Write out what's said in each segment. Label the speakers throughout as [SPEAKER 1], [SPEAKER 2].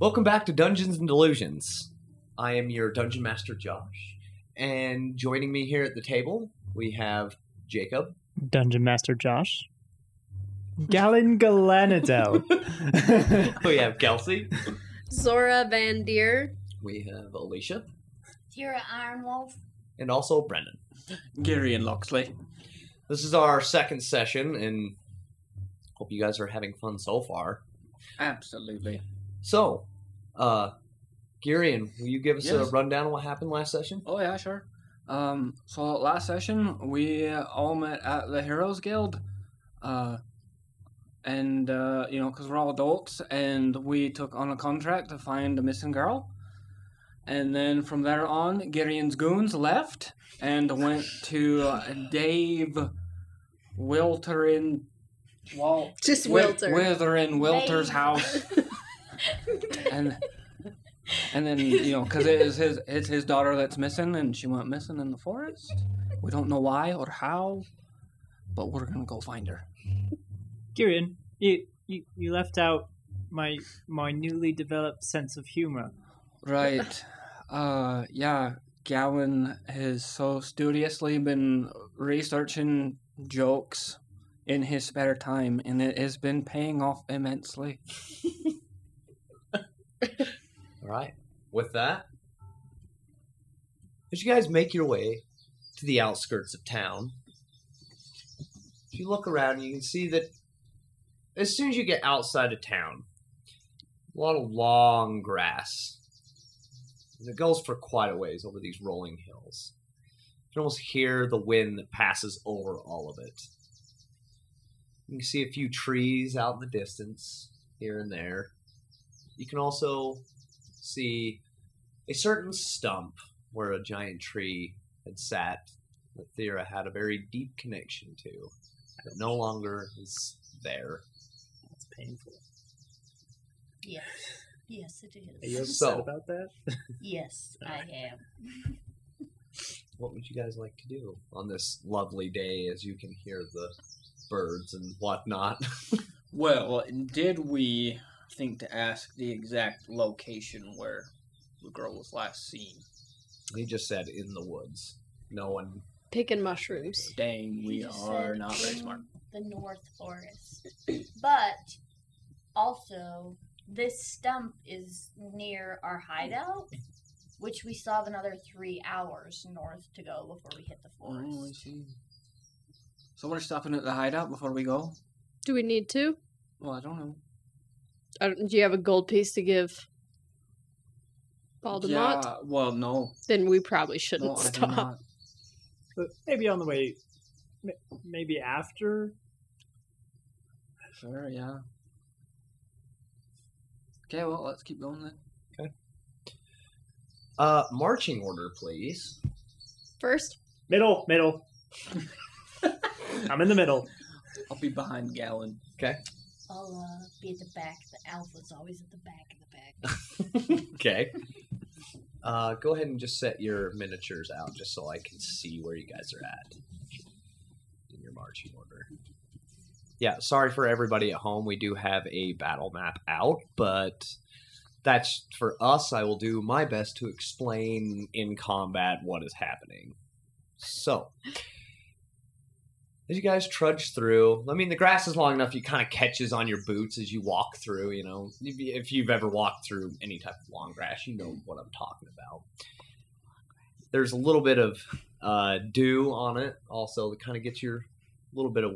[SPEAKER 1] Welcome back to Dungeons and Delusions. I am your dungeon master, Josh, and joining me here at the table we have Jacob,
[SPEAKER 2] Dungeon Master Josh. Galen Galanadel.
[SPEAKER 1] we have Kelsey,
[SPEAKER 3] Zora Van Deer.
[SPEAKER 1] we have Alicia,
[SPEAKER 4] Tira Ironwolf.
[SPEAKER 1] and also Brendan.
[SPEAKER 5] Gary and Loxley.
[SPEAKER 1] This is our second session, and hope you guys are having fun so far.
[SPEAKER 5] Absolutely.
[SPEAKER 1] So, uh, Girion, will you give us a
[SPEAKER 5] Yes.
[SPEAKER 1] rundown of what happened last session?
[SPEAKER 5] Oh yeah, sure. Um, so last session we all met at the Heroes Guild, uh, and uh, you know, because we're all adults, and we took on a contract to find a missing girl. And then from there on, Gideon's goons left and went to uh, Dave Wilterin, Wal-
[SPEAKER 3] Just
[SPEAKER 5] Wi- Witherin Wilter's
[SPEAKER 4] Dave.
[SPEAKER 5] house. and and then you know because it is his it's his daughter that's missing and she went missing in the forest we don't know why or how but we're gonna go find her
[SPEAKER 2] Kieran, you, you you left out my my newly developed sense of humor.
[SPEAKER 5] right uh yeah gowan has so studiously been researching jokes in his spare time and it has been paying off immensely
[SPEAKER 1] All right. With that, as you guys make your way to the outskirts of town, if you look around, you can see that as soon as you get outside of town, a lot of long grass. And it goes for quite a ways over these rolling hills. You can almost hear the wind that passes over all of it. You can see a few trees out in the distance, here and there. You can also see a certain stump where a giant tree had sat that Thera had a very deep connection to that no longer is there.
[SPEAKER 2] That's painful.
[SPEAKER 4] Yes. Yes, it is.
[SPEAKER 2] Are you upset
[SPEAKER 1] So-
[SPEAKER 2] about that?
[SPEAKER 4] Yes, I am.
[SPEAKER 1] What would you guys like to do on this lovely day as you can hear the birds and whatnot?
[SPEAKER 5] well did we think to ask the exact location where the girl was last seen
[SPEAKER 1] he just said in the woods. No one.
[SPEAKER 3] Picking mushrooms.
[SPEAKER 5] Dang, we
[SPEAKER 4] You just
[SPEAKER 5] are
[SPEAKER 4] said
[SPEAKER 5] not very
[SPEAKER 4] in
[SPEAKER 5] smart.
[SPEAKER 4] The North Forest. But also, this stump is near our hideout, which we still have another three hours north to go before we hit the
[SPEAKER 5] Oh, I
[SPEAKER 4] forest.
[SPEAKER 5] see. So we're stopping at the hideout before we go?
[SPEAKER 3] Do we need to?
[SPEAKER 5] Well, I don't know.
[SPEAKER 3] I don't, do you have a gold piece to give Baldemont?
[SPEAKER 5] Yeah, well, no.
[SPEAKER 3] Then we probably shouldn't
[SPEAKER 5] No, I do
[SPEAKER 3] stop.
[SPEAKER 5] not.
[SPEAKER 2] But maybe on the way, m- maybe after.
[SPEAKER 5] Sure, yeah. Okay, well, let's keep going then.
[SPEAKER 1] Uh, marching order, please.
[SPEAKER 3] First,
[SPEAKER 2] Middle, middle. I'm in the middle.
[SPEAKER 5] I'll be behind Gallon.
[SPEAKER 4] I'll uh, be at the back. The alpha's always at the back of the back.
[SPEAKER 1] Okay. Uh, go ahead and just set your miniatures out just so I can see where you guys are at in your marching order. Yeah, sorry for everybody at home. We do have a battle map out, but that's for us. I will do my best to explain in combat what is happening. So, as you guys trudge through, I mean, the grass is long enough, you kind of catches on your boots as you walk through, you know. If you- If you've ever walked through any type of long grass, you know what I'm talking about. There's a little bit of uh, dew on it also that kind of gets your little bit of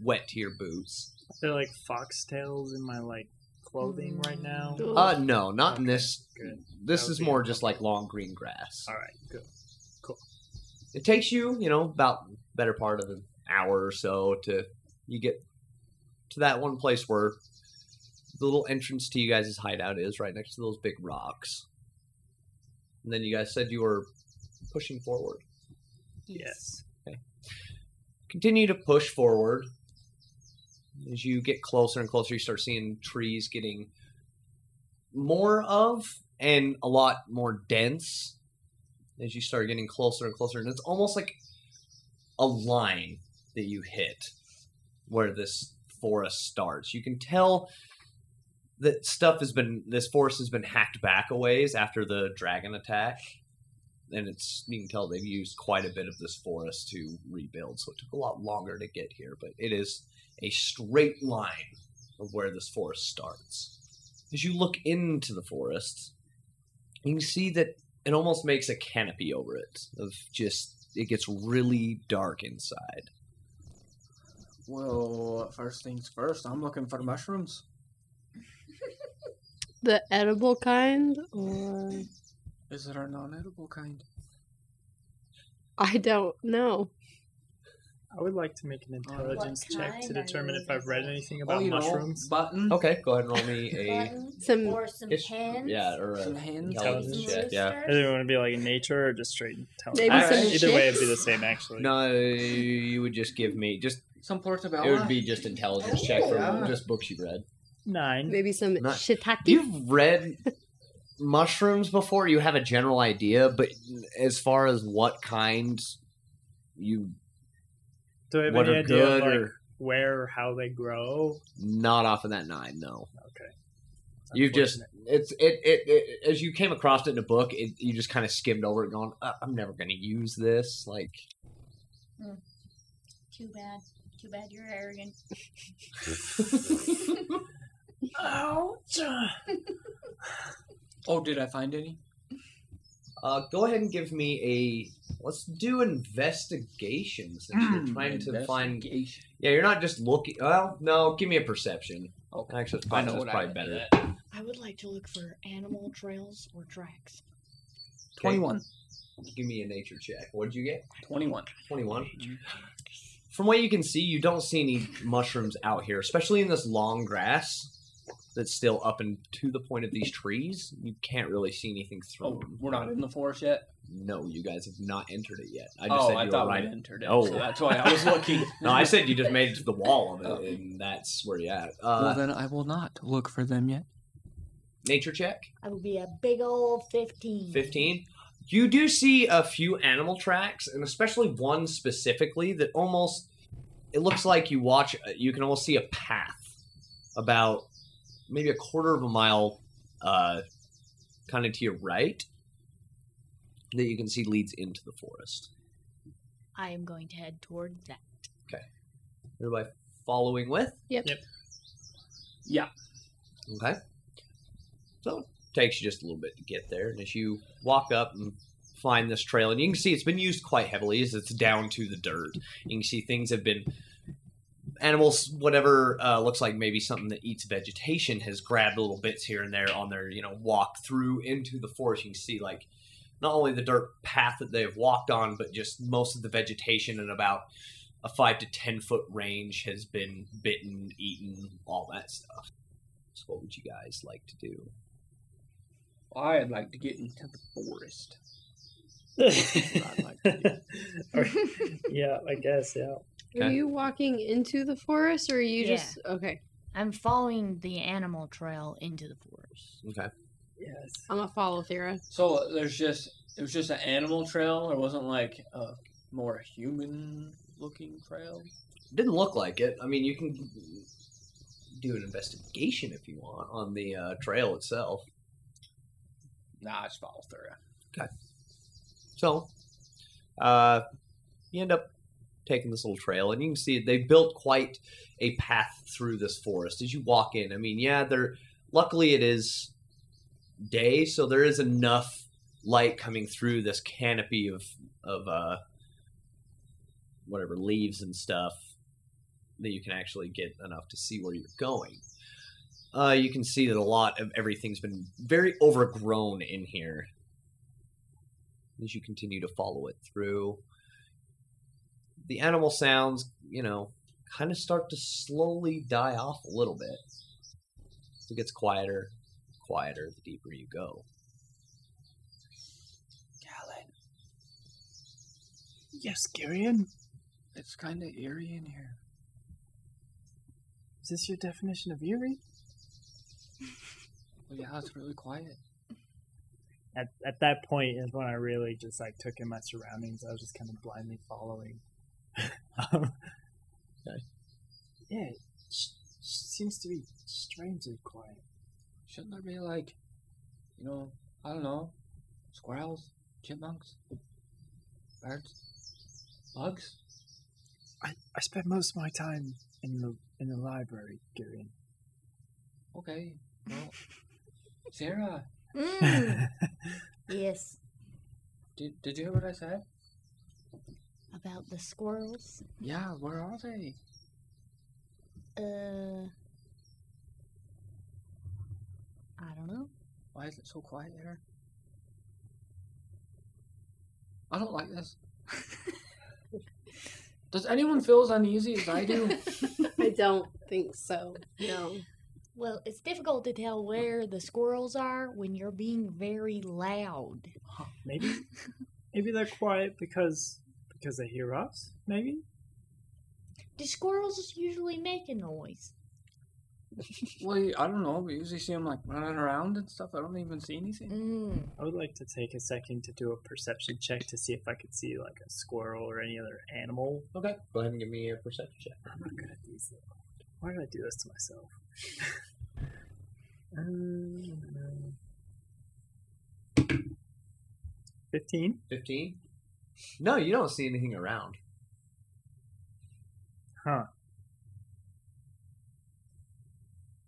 [SPEAKER 1] wet to your boots.
[SPEAKER 2] They're like foxtails in my like clothing right now.
[SPEAKER 3] Mm.
[SPEAKER 1] Uh, no, not in
[SPEAKER 2] Okay,
[SPEAKER 1] this.
[SPEAKER 2] good.
[SPEAKER 1] This
[SPEAKER 2] That
[SPEAKER 1] is
[SPEAKER 2] would be
[SPEAKER 1] more
[SPEAKER 2] helpful.
[SPEAKER 1] just like long green grass.
[SPEAKER 2] All right, good.
[SPEAKER 1] It takes you, you know, about better part of an hour or so to you get to that one place where the little entrance to you guys' hideout is right next to those big rocks. And then you guys said you were pushing forward.
[SPEAKER 2] Yes.
[SPEAKER 1] continue to push forward. As you get closer and closer, you start seeing trees getting more of and a lot more dense as you start getting closer and closer. And it's almost like a line that you hit where this forest starts. You can tell that stuff has been this forest has been hacked back a ways after the dragon attack, and it's you can tell they've used quite a bit of this forest to rebuild. So it took a lot longer to get here, but it is a straight line of where this forest starts. As you look into the forest, you can see that it almost makes a canopy over it of just it gets really dark inside.
[SPEAKER 5] Well, first things first, I'm looking for mushrooms.
[SPEAKER 3] The edible kind, or
[SPEAKER 5] Is there a non-edible kind?
[SPEAKER 3] I don't know.
[SPEAKER 2] I would like to make an intelligence check
[SPEAKER 4] kind
[SPEAKER 2] to
[SPEAKER 4] are you
[SPEAKER 2] determine if
[SPEAKER 4] looking
[SPEAKER 2] I've read
[SPEAKER 4] for?
[SPEAKER 2] anything
[SPEAKER 5] oh,
[SPEAKER 2] about
[SPEAKER 5] you
[SPEAKER 2] mushrooms.
[SPEAKER 5] know, button,
[SPEAKER 1] Okay, go ahead and roll me a
[SPEAKER 4] Button
[SPEAKER 3] Some
[SPEAKER 4] or some
[SPEAKER 1] It's-
[SPEAKER 4] pins.
[SPEAKER 1] yeah or
[SPEAKER 5] some
[SPEAKER 1] a
[SPEAKER 5] hands.
[SPEAKER 1] intelligence
[SPEAKER 4] some
[SPEAKER 1] check. Yeah.
[SPEAKER 2] I
[SPEAKER 4] roosters.
[SPEAKER 2] don't want to be like in nature or just straight intelligence.
[SPEAKER 3] Maybe
[SPEAKER 1] some
[SPEAKER 2] Either way, it'd be the
[SPEAKER 3] chicks?
[SPEAKER 2] same actually.
[SPEAKER 1] No, you would just give me just
[SPEAKER 5] Some portobello.
[SPEAKER 1] it would be just intelligence check
[SPEAKER 5] Oh, Yeah.
[SPEAKER 1] for just books you've read.
[SPEAKER 5] Mm,
[SPEAKER 2] Nine.
[SPEAKER 3] Maybe some
[SPEAKER 1] Not-
[SPEAKER 3] shiitake.
[SPEAKER 1] You've read mushrooms before. You have a general idea, but as far as what kind you
[SPEAKER 2] Do I have
[SPEAKER 1] what
[SPEAKER 2] any
[SPEAKER 1] are
[SPEAKER 2] idea
[SPEAKER 1] good
[SPEAKER 2] like
[SPEAKER 1] or
[SPEAKER 2] where or how they grow?
[SPEAKER 1] not off of that nine, no.
[SPEAKER 2] Okay. It's
[SPEAKER 1] You just
[SPEAKER 2] unfortunate.
[SPEAKER 1] it's it, it it as you came across it in a book, it, you just kind of skimmed over it, going, "Uh, "I'm never going to use this." Like
[SPEAKER 4] Too bad. Too bad you're arrogant.
[SPEAKER 2] Ouch.
[SPEAKER 5] Oh, did I find any?
[SPEAKER 1] Uh, go ahead and give me a. Let's do investigation since
[SPEAKER 5] Hmm,
[SPEAKER 1] you're trying to find.
[SPEAKER 5] Investigation.
[SPEAKER 1] Yeah, you're not just looking. Well, no, give me a perception.
[SPEAKER 5] Okay.
[SPEAKER 1] Actually, it's
[SPEAKER 5] I
[SPEAKER 1] probably, that's
[SPEAKER 5] know what
[SPEAKER 1] probably
[SPEAKER 5] I
[SPEAKER 1] better.
[SPEAKER 3] I would like to look for animal trails or tracks.
[SPEAKER 5] Twenty-one.
[SPEAKER 1] Give me a nature check. What'd you get?
[SPEAKER 5] Twenty-one.
[SPEAKER 1] 21. From what you can see, you don't see any mushrooms out here, especially in this long grass that's still up and to the point of these trees. You can't really see anything through
[SPEAKER 5] Oh,
[SPEAKER 1] them.
[SPEAKER 5] we're not in the forest yet.
[SPEAKER 1] No, you guys have not entered it yet. I just
[SPEAKER 5] oh,
[SPEAKER 1] said
[SPEAKER 5] I
[SPEAKER 1] you
[SPEAKER 5] thought
[SPEAKER 1] were right
[SPEAKER 5] we entered it.
[SPEAKER 1] Oh.
[SPEAKER 5] so that's why I was looking.
[SPEAKER 1] No, I said you just made it to the wall of it,
[SPEAKER 5] Oh.
[SPEAKER 1] and that's where you're at.
[SPEAKER 5] Well,
[SPEAKER 1] Uh,
[SPEAKER 5] then I will not look for them yet.
[SPEAKER 1] nature check,
[SPEAKER 4] I would be a big old fifteen.
[SPEAKER 1] 15. You do see a few animal tracks, and especially one specifically that almost, it looks like you watch, uh, you can almost see a path about maybe a quarter of a mile uh, kind of to your right that you can see leads into the forest.
[SPEAKER 3] I am going to head toward that.
[SPEAKER 1] Everybody following with?
[SPEAKER 5] Yeah.
[SPEAKER 1] Okay. So takes you just a little bit to get there, and as you walk up and find this trail, and you can see it's been used quite heavily as it's down to the dirt. You can see things have been animals, whatever uh, looks like maybe something that eats vegetation has grabbed little bits here and there on their you know walk through into the forest. You can see like not only the dirt path that they've walked on, but just most of the vegetation and about a five to ten foot range has been bitten, eaten, all that stuff. So, what would you guys like to do?
[SPEAKER 5] I'd like to get into the forest. I'd like to get-
[SPEAKER 2] Or- yeah, I guess. Yeah.
[SPEAKER 3] Are
[SPEAKER 1] Okay.
[SPEAKER 3] you walking into the forest, or are you
[SPEAKER 4] Yeah.
[SPEAKER 3] just okay?
[SPEAKER 4] I'm following the animal trail into the forest.
[SPEAKER 1] Okay.
[SPEAKER 2] Yes.
[SPEAKER 3] I'm gonna follow Thera.
[SPEAKER 5] so uh, there's just it was just an animal trail. There wasn't like a more human looking trail.
[SPEAKER 1] Didn't look like it. I mean, you can do an investigation if you want on the uh, trail itself.
[SPEAKER 5] Nah, it's follow through.
[SPEAKER 1] So, uh, you end up taking this little trail, and you can see they built quite a path through this forest as you walk in. I mean, yeah, there. Luckily, it is day, so there is enough light coming through this canopy of of uh, whatever leaves and stuff that you can actually get enough to see where you're going. Uh, you can see that a lot of everything's been very overgrown in here as you continue to follow it through. The animal sounds, you know, kind of start to slowly die off a little bit. It gets quieter, quieter the deeper you go.
[SPEAKER 5] Galen,
[SPEAKER 2] Yes, Garion.
[SPEAKER 5] it's kind of eerie in here.
[SPEAKER 2] Is this your definition of eerie?
[SPEAKER 5] Well, yeah, it's really quiet.
[SPEAKER 2] At, at that point is when I really just like took in my surroundings. I was just kind of blindly following. um,
[SPEAKER 1] Okay.
[SPEAKER 2] Yeah, she, seems to be strangely quiet.
[SPEAKER 5] shouldn't there be like, you know, I don't know, squirrels, chipmunks, birds, bugs?
[SPEAKER 2] I, I spend most of my time in the in the library, Gideon.
[SPEAKER 5] Okay. Well, Sarah,
[SPEAKER 4] Mm, yes,
[SPEAKER 5] did, did you hear what I said?
[SPEAKER 4] about the squirrels.
[SPEAKER 5] Yeah, where are they?
[SPEAKER 4] Uh, I don't know.
[SPEAKER 5] Why is it so quiet there? I don't like this. Does anyone feel as uneasy as I do?
[SPEAKER 3] I don't think so. No.
[SPEAKER 4] Well, it's difficult to tell where the squirrels are when you're being very loud.
[SPEAKER 2] Maybe maybe they're quiet because because they hear us. Maybe
[SPEAKER 4] Do squirrels usually make a noise?
[SPEAKER 5] well, I don't know. We usually see them like running around and stuff. I don't even see anything.
[SPEAKER 4] Mm.
[SPEAKER 2] I would like to take a second to do a perception check to see if I could see like a squirrel or any other animal.
[SPEAKER 1] Okay. Go ahead and give me a perception check.
[SPEAKER 2] I'm not good at these. Though. Why did I do this to myself? um, Uh, Fifteen.
[SPEAKER 1] 15? No, you don't see anything around.
[SPEAKER 2] Huh.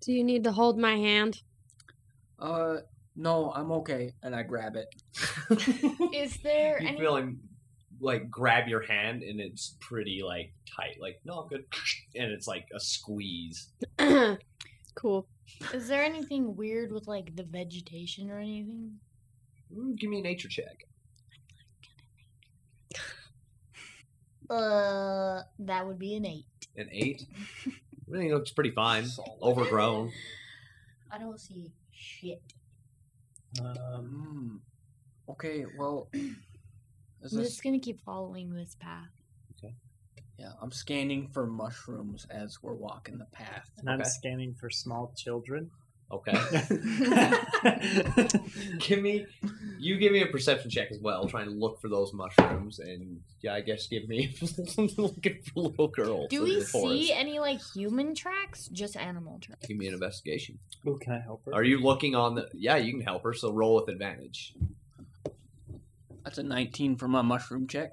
[SPEAKER 3] Do you need to hold my hand?
[SPEAKER 5] Uh, no, I'm okay. And I grab it.
[SPEAKER 4] Is there
[SPEAKER 1] you
[SPEAKER 4] any?
[SPEAKER 1] feel him like grab your hand and it's pretty like tight like no i'm good and it's like a squeeze
[SPEAKER 3] cool.
[SPEAKER 4] Is there anything weird with like the vegetation or anything?
[SPEAKER 1] Mm, give me a nature check
[SPEAKER 4] Uh, that would be an eight.
[SPEAKER 1] an eight everything looks pretty fine overgrown
[SPEAKER 4] I don't see shit.
[SPEAKER 2] Um,
[SPEAKER 5] Mm. Okay, well, is
[SPEAKER 4] I'm
[SPEAKER 5] this?
[SPEAKER 4] just gonna keep following this path.
[SPEAKER 5] Yeah, I'm scanning for mushrooms as we're walking the path.
[SPEAKER 2] and I'm
[SPEAKER 1] Okay.
[SPEAKER 2] scanning for small children.
[SPEAKER 1] okay give me you give me a perception check as well try and look for those mushrooms and yeah i guess give me looking for little girls
[SPEAKER 4] Do
[SPEAKER 1] in
[SPEAKER 4] we
[SPEAKER 1] the forest.
[SPEAKER 4] see any like human tracks? Just animal tracks.
[SPEAKER 1] give me an investigation
[SPEAKER 2] Who can I help her?
[SPEAKER 1] are you looking on the yeah you can help her so roll with advantage
[SPEAKER 5] That's a 19 for my mushroom check.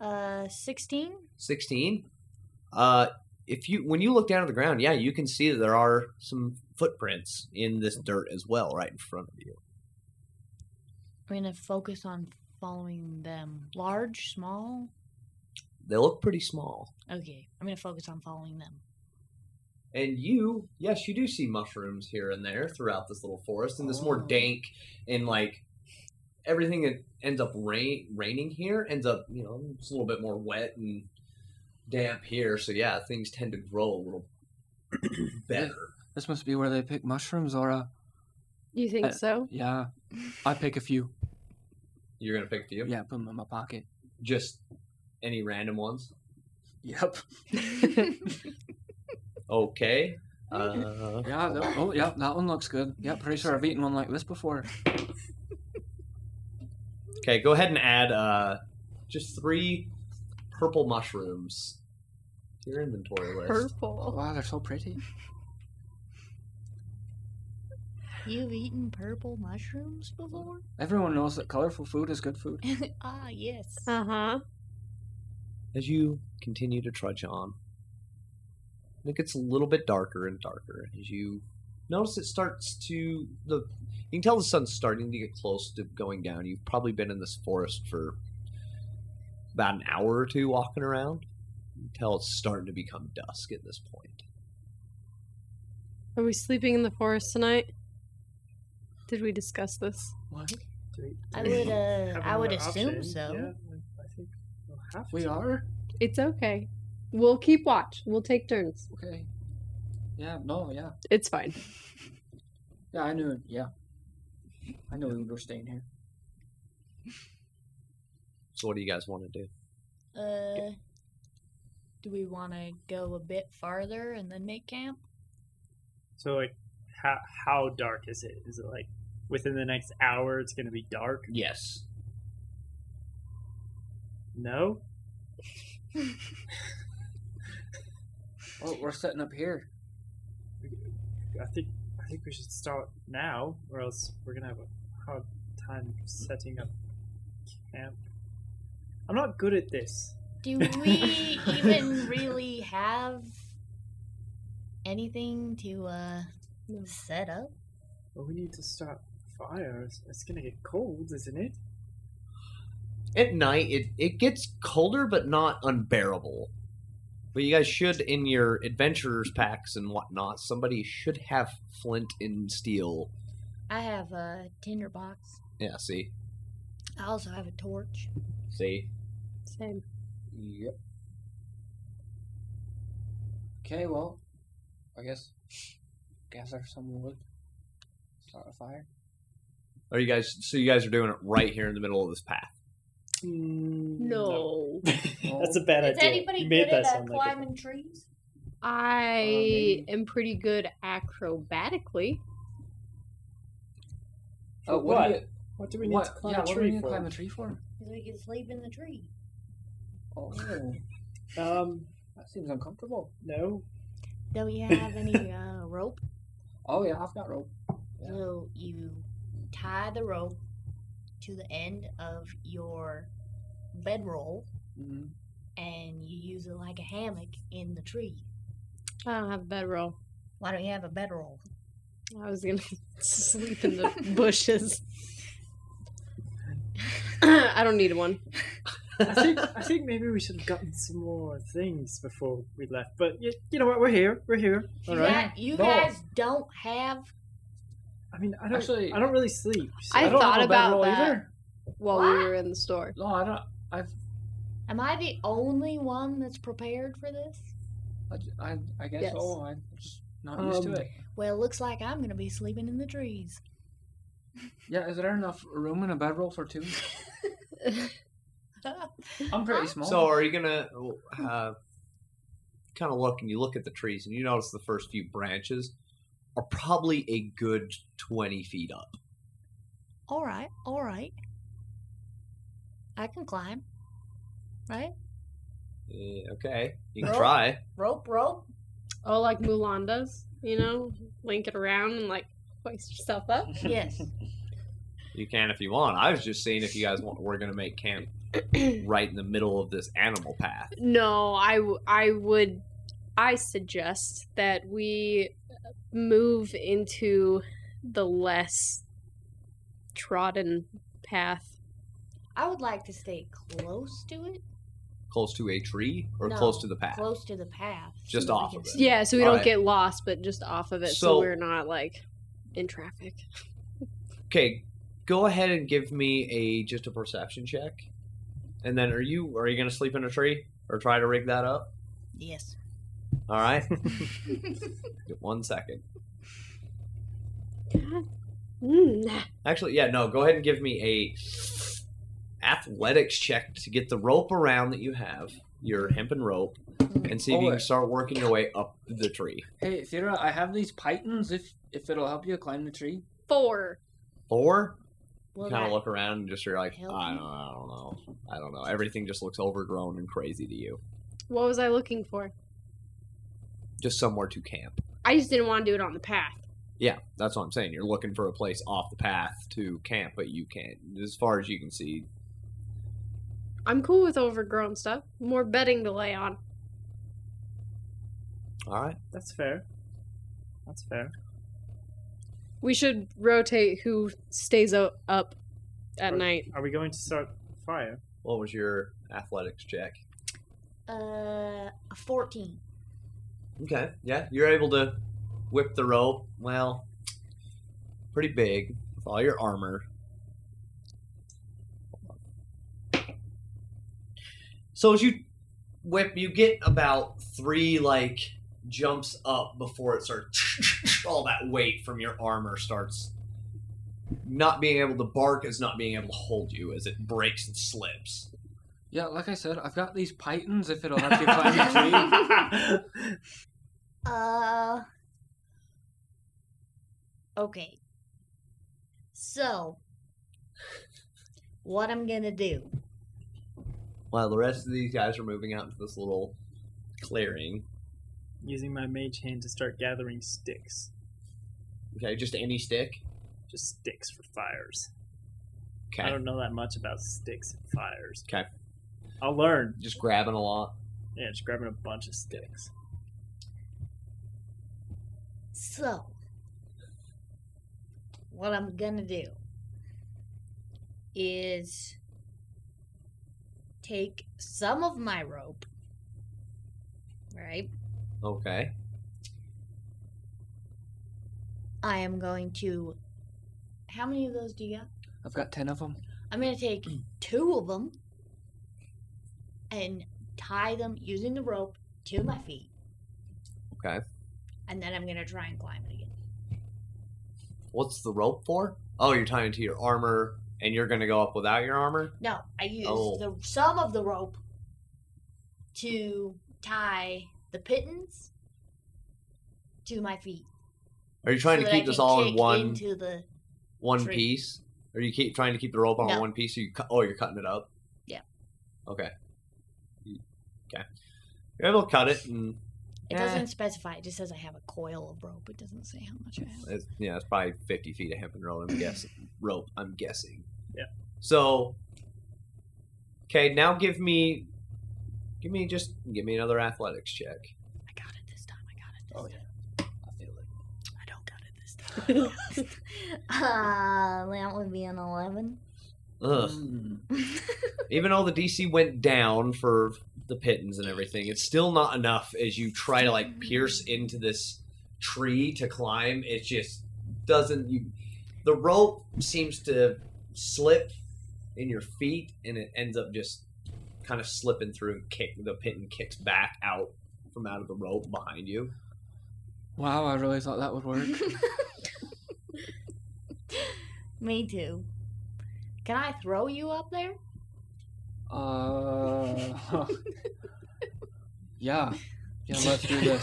[SPEAKER 4] Uh, sixteen.
[SPEAKER 1] 16 uh if you when you look down at the ground yeah you can see that there are some footprints in this dirt as well right in front of you
[SPEAKER 4] I'm gonna focus on following them. Large, small.
[SPEAKER 1] they look pretty small
[SPEAKER 4] Okay, I'm gonna focus on following them.
[SPEAKER 1] and you yes you do see mushrooms here and there throughout this little forest and this more
[SPEAKER 5] Oh.
[SPEAKER 1] dank and like everything that ends up rain raining here ends up you know it's a little bit more wet and damp here so yeah things tend to grow a little better
[SPEAKER 5] This must be where they pick mushrooms, or uh,
[SPEAKER 3] You think
[SPEAKER 5] Uh,
[SPEAKER 3] so?
[SPEAKER 5] yeah, I pick a few.
[SPEAKER 1] you're gonna pick you
[SPEAKER 5] Yeah, put them in my pocket.
[SPEAKER 1] just any random ones
[SPEAKER 5] Yep.
[SPEAKER 1] okay uh,
[SPEAKER 5] Yeah. That, oh, yeah. That one looks good. Yeah, pretty sure I've eaten one like this before.
[SPEAKER 1] Okay, go ahead and add uh, just three purple mushrooms to your inventory list.
[SPEAKER 5] Oh,
[SPEAKER 3] Purple.
[SPEAKER 5] wow, they're so pretty.
[SPEAKER 4] You've eaten purple mushrooms before?
[SPEAKER 5] Everyone knows that colorful food is good food.
[SPEAKER 4] ah, yes.
[SPEAKER 3] Uh huh.
[SPEAKER 1] As you continue to trudge on, it gets a little bit darker and darker as you notice it starts to the you can tell the sun's starting to get close to going down. You've probably been in this forest for about an hour or two walking around. You can tell it's starting to become dusk at this point.
[SPEAKER 3] Are we sleeping in the forest tonight? Did we discuss this?
[SPEAKER 5] What?
[SPEAKER 2] Do we- do
[SPEAKER 4] I
[SPEAKER 2] we
[SPEAKER 4] would, uh,
[SPEAKER 2] have
[SPEAKER 4] I would
[SPEAKER 2] another
[SPEAKER 4] assume
[SPEAKER 2] option?
[SPEAKER 4] so.
[SPEAKER 2] Yeah, I- I think we'll have
[SPEAKER 5] We
[SPEAKER 2] to.
[SPEAKER 5] are
[SPEAKER 3] It's okay. We'll keep watch. We'll take turns.
[SPEAKER 5] okay. Yeah. No. Yeah.
[SPEAKER 3] It's fine.
[SPEAKER 5] Yeah. I knew. Yeah. I knew we were staying here.
[SPEAKER 1] So what do you guys want to do?
[SPEAKER 4] Uh, do we want to go a bit farther and then make camp?
[SPEAKER 2] So like, how how dark is it? Is it like within the next hour it's going to be dark?
[SPEAKER 1] Yes.
[SPEAKER 2] No.
[SPEAKER 5] Oh, we're setting up here.
[SPEAKER 2] I think I think we should start now, or else we're gonna have a hard time setting up camp. I'm not good at this.
[SPEAKER 4] Do we even really have anything to uh,
[SPEAKER 3] No.
[SPEAKER 4] set up?
[SPEAKER 2] Well, we need to start fires. It's gonna get cold, isn't it?
[SPEAKER 1] At night, it, it gets colder, but not unbearable. But you guys should, in your adventurers packs and whatnot, somebody should have flint and steel.
[SPEAKER 4] I have a tinder box.
[SPEAKER 1] Yeah, see,
[SPEAKER 4] I also have a torch.
[SPEAKER 1] see.
[SPEAKER 3] Same.
[SPEAKER 1] Yep.
[SPEAKER 5] Okay, well, I guess gather some wood, start a fire.
[SPEAKER 1] Are you guys? So you guys are doing it right here in the middle of this path.
[SPEAKER 5] Mm,
[SPEAKER 3] No.
[SPEAKER 2] That's a bad
[SPEAKER 4] Is
[SPEAKER 2] idea.
[SPEAKER 4] anybody
[SPEAKER 2] You
[SPEAKER 4] good
[SPEAKER 2] made that
[SPEAKER 4] at uh,
[SPEAKER 2] sound like a-
[SPEAKER 4] climbing trees?
[SPEAKER 3] I
[SPEAKER 5] maybe.
[SPEAKER 3] am pretty good acrobatically.
[SPEAKER 5] Uh,
[SPEAKER 2] For
[SPEAKER 5] Oh, what? do
[SPEAKER 2] what? What do we
[SPEAKER 5] you-
[SPEAKER 2] need
[SPEAKER 5] what-
[SPEAKER 2] to climb
[SPEAKER 5] yeah,
[SPEAKER 2] a
[SPEAKER 5] what do we
[SPEAKER 2] tree
[SPEAKER 5] need to
[SPEAKER 2] for?
[SPEAKER 5] climb a tree for?
[SPEAKER 4] Because we can sleep in the tree.
[SPEAKER 5] Oh,
[SPEAKER 2] Um,
[SPEAKER 5] that seems uncomfortable.
[SPEAKER 2] no.
[SPEAKER 4] Do we have any uh, rope?
[SPEAKER 5] Oh yeah, I've got rope. Yeah.
[SPEAKER 4] So you tie the rope to the end of your bedroll
[SPEAKER 5] Mm-hmm.
[SPEAKER 4] and you use it like a hammock in the tree.
[SPEAKER 3] I don't have a bedroll.
[SPEAKER 4] Why don't you have a bedroll?
[SPEAKER 3] I was gonna sleep in the bushes. I don't need one.
[SPEAKER 2] I think I think maybe we should have gotten some more things before we left. But you, you know what? We're here. We're here. All right.
[SPEAKER 4] Yeah, you
[SPEAKER 5] No.
[SPEAKER 4] guys don't have
[SPEAKER 2] I mean, I don't.
[SPEAKER 5] Actually-
[SPEAKER 2] I don't really sleep. so
[SPEAKER 3] I
[SPEAKER 2] don't
[SPEAKER 3] thought
[SPEAKER 2] have a
[SPEAKER 3] about
[SPEAKER 2] bedroll
[SPEAKER 3] that.
[SPEAKER 2] either.
[SPEAKER 3] While
[SPEAKER 4] What?
[SPEAKER 3] we were in the store,
[SPEAKER 5] No, I don't. I've.
[SPEAKER 4] Am I the only one that's prepared for this?
[SPEAKER 5] I. I, I guess.
[SPEAKER 3] Yes.
[SPEAKER 5] Oh, I'm just not used to
[SPEAKER 2] Um,
[SPEAKER 5] it.
[SPEAKER 4] Well, it looks like I'm gonna be sleeping in the trees.
[SPEAKER 5] Yeah, is there enough room in a bedroll for two? I'm pretty small.
[SPEAKER 1] So are you gonna uh, kind of look and you look at the trees and you notice the first few branches are probably a good twenty feet up.
[SPEAKER 4] all right, all right. I can climb. Right?
[SPEAKER 1] Eh, okay, you can
[SPEAKER 4] Roll.
[SPEAKER 1] try.
[SPEAKER 4] Rope, rope.
[SPEAKER 3] oh, like Mulan does, you know, link it around and like hoist yourself up.
[SPEAKER 4] Yes.
[SPEAKER 1] You can if you want. I was just seeing if you guys want. We're gonna make camp right in the middle of this animal path.
[SPEAKER 3] No, I, w- I would I suggest that we move into the less trodden path.
[SPEAKER 4] I would like to stay close to it,
[SPEAKER 1] close to a tree or
[SPEAKER 4] No,
[SPEAKER 1] close to the path?
[SPEAKER 4] close to the path. so
[SPEAKER 1] Just
[SPEAKER 4] that we
[SPEAKER 1] off
[SPEAKER 4] can
[SPEAKER 1] of it.
[SPEAKER 4] see.
[SPEAKER 3] Yeah, so we don't
[SPEAKER 1] Alright.
[SPEAKER 3] get lost, but just off of it, so,
[SPEAKER 1] So-
[SPEAKER 3] we're not like in traffic.
[SPEAKER 1] Okay, go ahead and give me a just a perception check. And then are you are you going to sleep in a tree or try to rig that up?
[SPEAKER 4] Yes.
[SPEAKER 1] All right. One second.
[SPEAKER 3] Mm, nah.
[SPEAKER 1] Actually, yeah, no, go ahead and give me a athletics check to get the rope around that you have, your hempen rope,
[SPEAKER 4] Mm-hmm.
[SPEAKER 1] and see if you
[SPEAKER 5] Oh,
[SPEAKER 1] can start working your way up the tree.
[SPEAKER 5] hey, Thera, I have these pythons. If if it'll help you climb the tree.
[SPEAKER 3] Four.
[SPEAKER 1] Or
[SPEAKER 4] Well,
[SPEAKER 1] kind
[SPEAKER 4] that,
[SPEAKER 1] of look around and just you're like, I
[SPEAKER 4] Help
[SPEAKER 1] don't,
[SPEAKER 4] me.
[SPEAKER 1] I don't know. I don't know. Everything just looks overgrown and crazy to you.
[SPEAKER 3] What was I looking for?
[SPEAKER 1] Just somewhere to camp.
[SPEAKER 3] I just didn't want to do it on the path.
[SPEAKER 1] Yeah, that's what I'm saying. You're looking for a place off the path to camp, but you can't. As far as you can see,
[SPEAKER 3] I'm cool with overgrown stuff. More bedding to lay on.
[SPEAKER 1] all right.
[SPEAKER 2] That's fair. That's fair.
[SPEAKER 3] We should rotate who stays o- up at
[SPEAKER 2] Right.
[SPEAKER 3] night.
[SPEAKER 2] Are we going to start fire?
[SPEAKER 1] What was your athletics check?
[SPEAKER 4] uh, a fourteen.
[SPEAKER 1] Okay, yeah, you're able to whip the rope. Well, pretty big with all your armor. So as you whip, you get about three like jumps up before it starts. All that weight from your armor starts not being able to bark is not being able to hold you as it breaks and slips.
[SPEAKER 5] Yeah, like I said, I've got these pythons. If it'll help you climb the tree.
[SPEAKER 4] Uh. Okay. So, what I'm gonna do?
[SPEAKER 1] While the rest of these guys are moving out into this little clearing,
[SPEAKER 2] Using my mage hand to start gathering sticks.
[SPEAKER 1] Okay, just any stick.
[SPEAKER 2] Just sticks for fires. I
[SPEAKER 1] Okay,
[SPEAKER 2] don't know that much about sticks and fires.
[SPEAKER 1] 'Kay.
[SPEAKER 2] I'll learn.
[SPEAKER 1] just grabbing a lot.
[SPEAKER 2] Yeah, just grabbing a bunch of sticks.
[SPEAKER 4] So, what I'm gonna do is take some of my rope, right?
[SPEAKER 1] Okay,
[SPEAKER 4] I am going to. How many of those do you got?
[SPEAKER 5] I've got ten of them.
[SPEAKER 4] I'm gonna take two of them and tie them using the rope to my feet,
[SPEAKER 1] okay.
[SPEAKER 4] and then I'm gonna try and climb it again.
[SPEAKER 1] What's the rope for? Oh, you're tying to your armor, and you're gonna go up without your armor.
[SPEAKER 4] No, I used
[SPEAKER 1] Oh.
[SPEAKER 4] the some of the rope to tie the pittons to my feet.
[SPEAKER 1] Are you trying
[SPEAKER 4] so
[SPEAKER 1] to
[SPEAKER 4] that I
[SPEAKER 1] keep this
[SPEAKER 4] can
[SPEAKER 1] all in
[SPEAKER 4] kick
[SPEAKER 1] one
[SPEAKER 4] Into the
[SPEAKER 1] one
[SPEAKER 4] tree.
[SPEAKER 1] piece? Are you keep trying to keep the rope on
[SPEAKER 4] No.
[SPEAKER 1] one piece? Or you cut? Oh, you're cutting it up.
[SPEAKER 4] Yeah.
[SPEAKER 1] Okay. You- Okay. You're able to cut it, and
[SPEAKER 4] it
[SPEAKER 1] Eh.
[SPEAKER 4] doesn't specify. It just says I have a coil of rope. It doesn't say how much I have.
[SPEAKER 1] it's, yeah, it's probably 50 feet of hemp and rope. I'm guessing. rope. I'm guessing.
[SPEAKER 2] Yeah.
[SPEAKER 1] So, okay, now give me, give me just give me another athletics check.
[SPEAKER 4] I got it this time. I got it this
[SPEAKER 5] Oh,
[SPEAKER 4] time.
[SPEAKER 5] I feel it.
[SPEAKER 4] I don't got it this time. uh, that would be an eleven.
[SPEAKER 1] Ugh.
[SPEAKER 5] Mm.
[SPEAKER 1] Even though the DC went down for the pittons and everything, it's still not enough as you try to like pierce into this tree to climb. It just doesn't you the rope seems to slip in your feet and it ends up just kind of slipping through and kick the pitten kicks back out from out of the rope behind you.
[SPEAKER 5] Wow, I really thought that would work.
[SPEAKER 4] Me too. Can I throw you up there?
[SPEAKER 5] uh, yeah, yeah. Let's do this.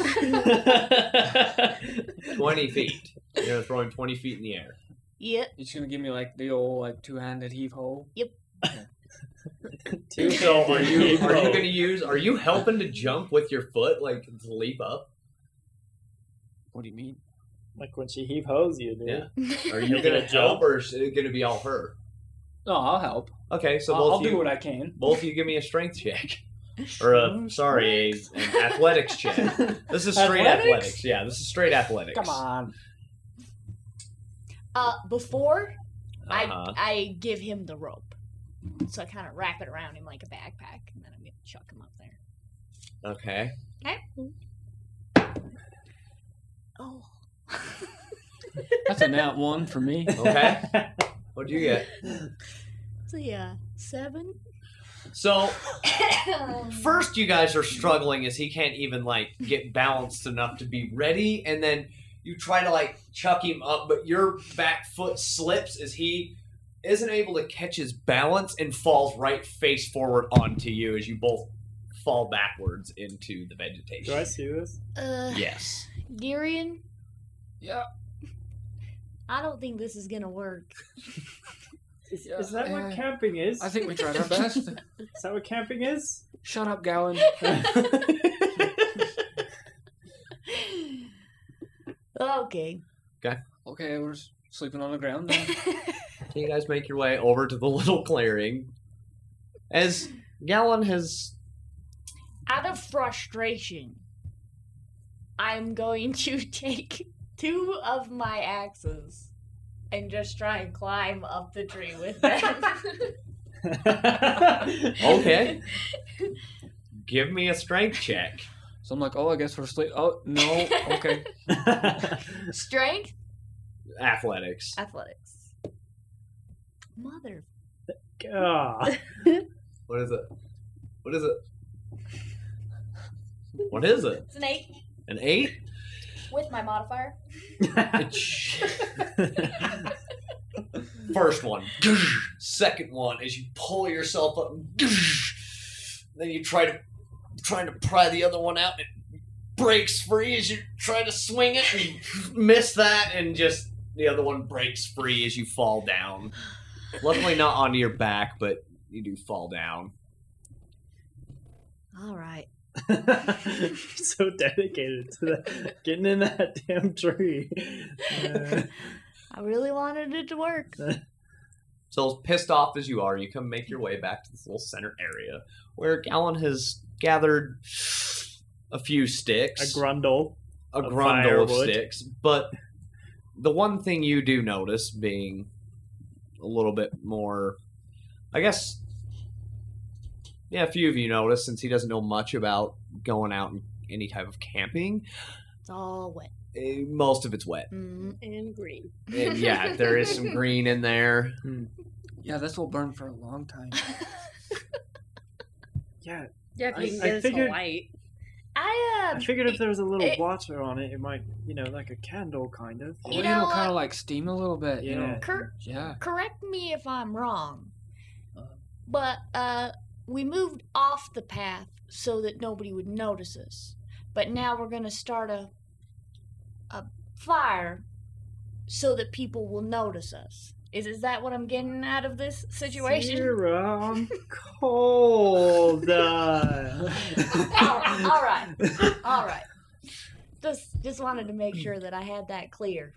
[SPEAKER 1] twenty feet. You're throwing twenty feet in the air.
[SPEAKER 4] Yep.
[SPEAKER 5] You're just gonna give me like the old like two-handed heave ho.
[SPEAKER 2] Two
[SPEAKER 1] So are you
[SPEAKER 2] people.
[SPEAKER 1] are you gonna use are you helping to jump with your foot like to leap up?
[SPEAKER 5] What do you mean?
[SPEAKER 2] like when she heave hose you, dude?
[SPEAKER 1] Yeah. Are
[SPEAKER 2] You're
[SPEAKER 1] you
[SPEAKER 2] gonna
[SPEAKER 1] gonna jump
[SPEAKER 2] jump?
[SPEAKER 1] or is it gonna be all her?
[SPEAKER 5] No, Oh, I'll help.
[SPEAKER 1] Okay, so
[SPEAKER 5] I'll-
[SPEAKER 1] both
[SPEAKER 5] I'll,
[SPEAKER 1] you
[SPEAKER 5] do what I can.
[SPEAKER 1] both of you give me a strength check or a sorry a, an athletics check. This is straight athletics?
[SPEAKER 5] Athletics?
[SPEAKER 1] Yeah, this is straight athletics.
[SPEAKER 5] Come on.
[SPEAKER 4] Uh, before
[SPEAKER 1] Uh-huh.
[SPEAKER 4] I I give him the rope, so I kind of wrap it around him like a backpack, and then I'm gonna chuck him up there.
[SPEAKER 1] Okay.
[SPEAKER 4] Okay. Oh.
[SPEAKER 5] That's a nat one for me.
[SPEAKER 1] Okay. What do you get?
[SPEAKER 4] So yeah, seven.
[SPEAKER 1] So first you guys are struggling as he can't even like get balanced enough to be ready and then you try to like chuck him up but your back foot slips as he isn't able to catch his balance and falls right face forward onto you as you both fall backwards into the vegetation
[SPEAKER 2] Do I see this?
[SPEAKER 4] uh,
[SPEAKER 1] yes
[SPEAKER 4] Garion,
[SPEAKER 5] Yeah.
[SPEAKER 4] I don't think this is gonna work.
[SPEAKER 2] Is,
[SPEAKER 5] Yeah,
[SPEAKER 2] is that
[SPEAKER 5] uh,
[SPEAKER 2] what camping is?
[SPEAKER 5] I think we tried our best.
[SPEAKER 2] Is that what camping is?
[SPEAKER 5] Shut up, Gowan.
[SPEAKER 4] okay.
[SPEAKER 5] Okay, we're s- sleeping on the ground. Now.
[SPEAKER 1] So you guys make your way over to the little clearing as gallon has
[SPEAKER 4] Out of frustration, I'm going to take two of my axes and just try and climb up the tree with them.
[SPEAKER 1] okay give me a strength check
[SPEAKER 5] So I'm like, oh, I guess we're sleep. Oh no, okay.
[SPEAKER 4] Strength,
[SPEAKER 1] athletics
[SPEAKER 4] athletics. Mother.
[SPEAKER 2] God.
[SPEAKER 1] What is it? What is it? What is it?
[SPEAKER 4] It's an eight
[SPEAKER 1] An eight?
[SPEAKER 4] with my modifier.
[SPEAKER 1] First one. Second one as you pull yourself up. Then you try to trying to pry the other one out and it breaks free as you try to swing it and you miss that and just the other one breaks free as you fall down. Luckily not onto your back, but you do fall down.
[SPEAKER 4] All right.
[SPEAKER 2] so dedicated to that, getting in that damn tree. Uh,
[SPEAKER 4] I really wanted it to work.
[SPEAKER 1] So, as pissed off as you are, you come make your way back to this little center area where Gallon has gathered a few
[SPEAKER 2] a
[SPEAKER 1] sticks,
[SPEAKER 2] grundle.
[SPEAKER 1] a
[SPEAKER 2] of
[SPEAKER 1] grundle of
[SPEAKER 2] firewood.
[SPEAKER 1] sticks. But the one thing you do notice being a little bit more, I guess, yeah, a few of you notice since he doesn't know much about going out and any type of camping,
[SPEAKER 4] It's all wet.
[SPEAKER 1] eh, most of it's wet.
[SPEAKER 4] Mm.
[SPEAKER 3] And green.
[SPEAKER 1] And yeah, there is some green in there.
[SPEAKER 5] Yeah, this will burn for a long time.
[SPEAKER 2] Yeah,
[SPEAKER 3] Yeah, if
[SPEAKER 2] I-
[SPEAKER 3] you can
[SPEAKER 2] I
[SPEAKER 3] get us
[SPEAKER 2] figured-
[SPEAKER 3] to white.
[SPEAKER 4] I, uh,
[SPEAKER 2] I figured if there was a little
[SPEAKER 4] It-
[SPEAKER 2] water on it, it might, you know, like a candle kind of.
[SPEAKER 4] You
[SPEAKER 5] Or,
[SPEAKER 4] know what?
[SPEAKER 5] kind of like steam a little bit. You know.
[SPEAKER 2] Yeah.
[SPEAKER 4] cor-
[SPEAKER 5] Yeah.
[SPEAKER 4] correct me if I'm wrong, but uh, we moved off the path so that nobody would notice us. But now we're gonna start a a fire so that people will notice us. Is is that what I'm getting out of this situation?
[SPEAKER 2] Sarah, I'm cold. Uh,
[SPEAKER 4] all right, all right, all right. Just just wanted to make sure that I had that clear.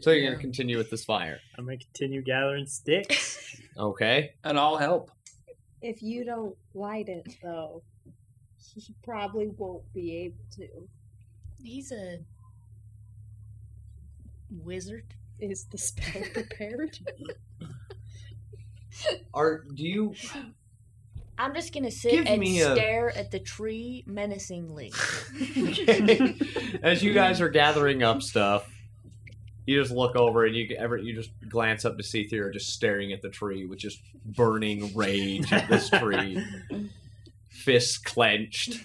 [SPEAKER 1] So you're gonna continue with this fire,
[SPEAKER 2] I'm gonna continue gathering sticks.
[SPEAKER 1] okay?
[SPEAKER 5] and I'll help.
[SPEAKER 6] If you don't light it, though, he probably won't be able to.
[SPEAKER 4] He's a wizard.
[SPEAKER 6] Is the spell prepared?
[SPEAKER 1] Are do you?
[SPEAKER 4] I'm just gonna sit
[SPEAKER 1] Give
[SPEAKER 4] and
[SPEAKER 1] me a-
[SPEAKER 4] stare at the tree menacingly.
[SPEAKER 1] Okay. As you guys are gathering up stuff, you just look over and you ever you just glance up to see Thera just staring at the tree with just burning rage at this tree, fists clenched.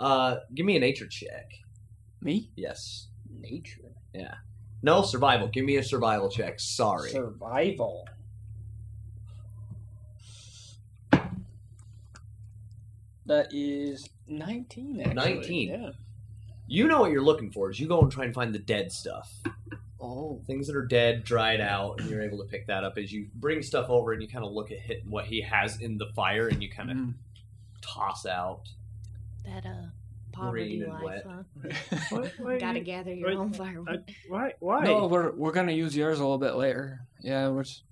[SPEAKER 1] Uh, give me a nature check.
[SPEAKER 5] Me?
[SPEAKER 1] Yes.
[SPEAKER 5] Nature.
[SPEAKER 1] No survival. Give me a survival check. Sorry.
[SPEAKER 5] Survival. That is 19, actually.
[SPEAKER 1] 19.
[SPEAKER 5] Yeah.
[SPEAKER 1] You know what you're looking for is you go and try and find the dead stuff.
[SPEAKER 5] Oh.
[SPEAKER 1] things that are dead, dried out, and you're able to pick that up as you bring stuff over and you kind of look at hit what he has in the fire and you kind of
[SPEAKER 5] Mm.
[SPEAKER 1] toss out.
[SPEAKER 4] that uh poverty
[SPEAKER 1] Green and
[SPEAKER 4] life,
[SPEAKER 1] wet.
[SPEAKER 4] huh?
[SPEAKER 2] What, why,
[SPEAKER 4] Gotta
[SPEAKER 2] you-
[SPEAKER 4] gather your
[SPEAKER 2] wait,
[SPEAKER 4] own firewood.
[SPEAKER 2] why? Why?
[SPEAKER 5] No, we're, we're going to use yours a little bit later. Yeah, we're just,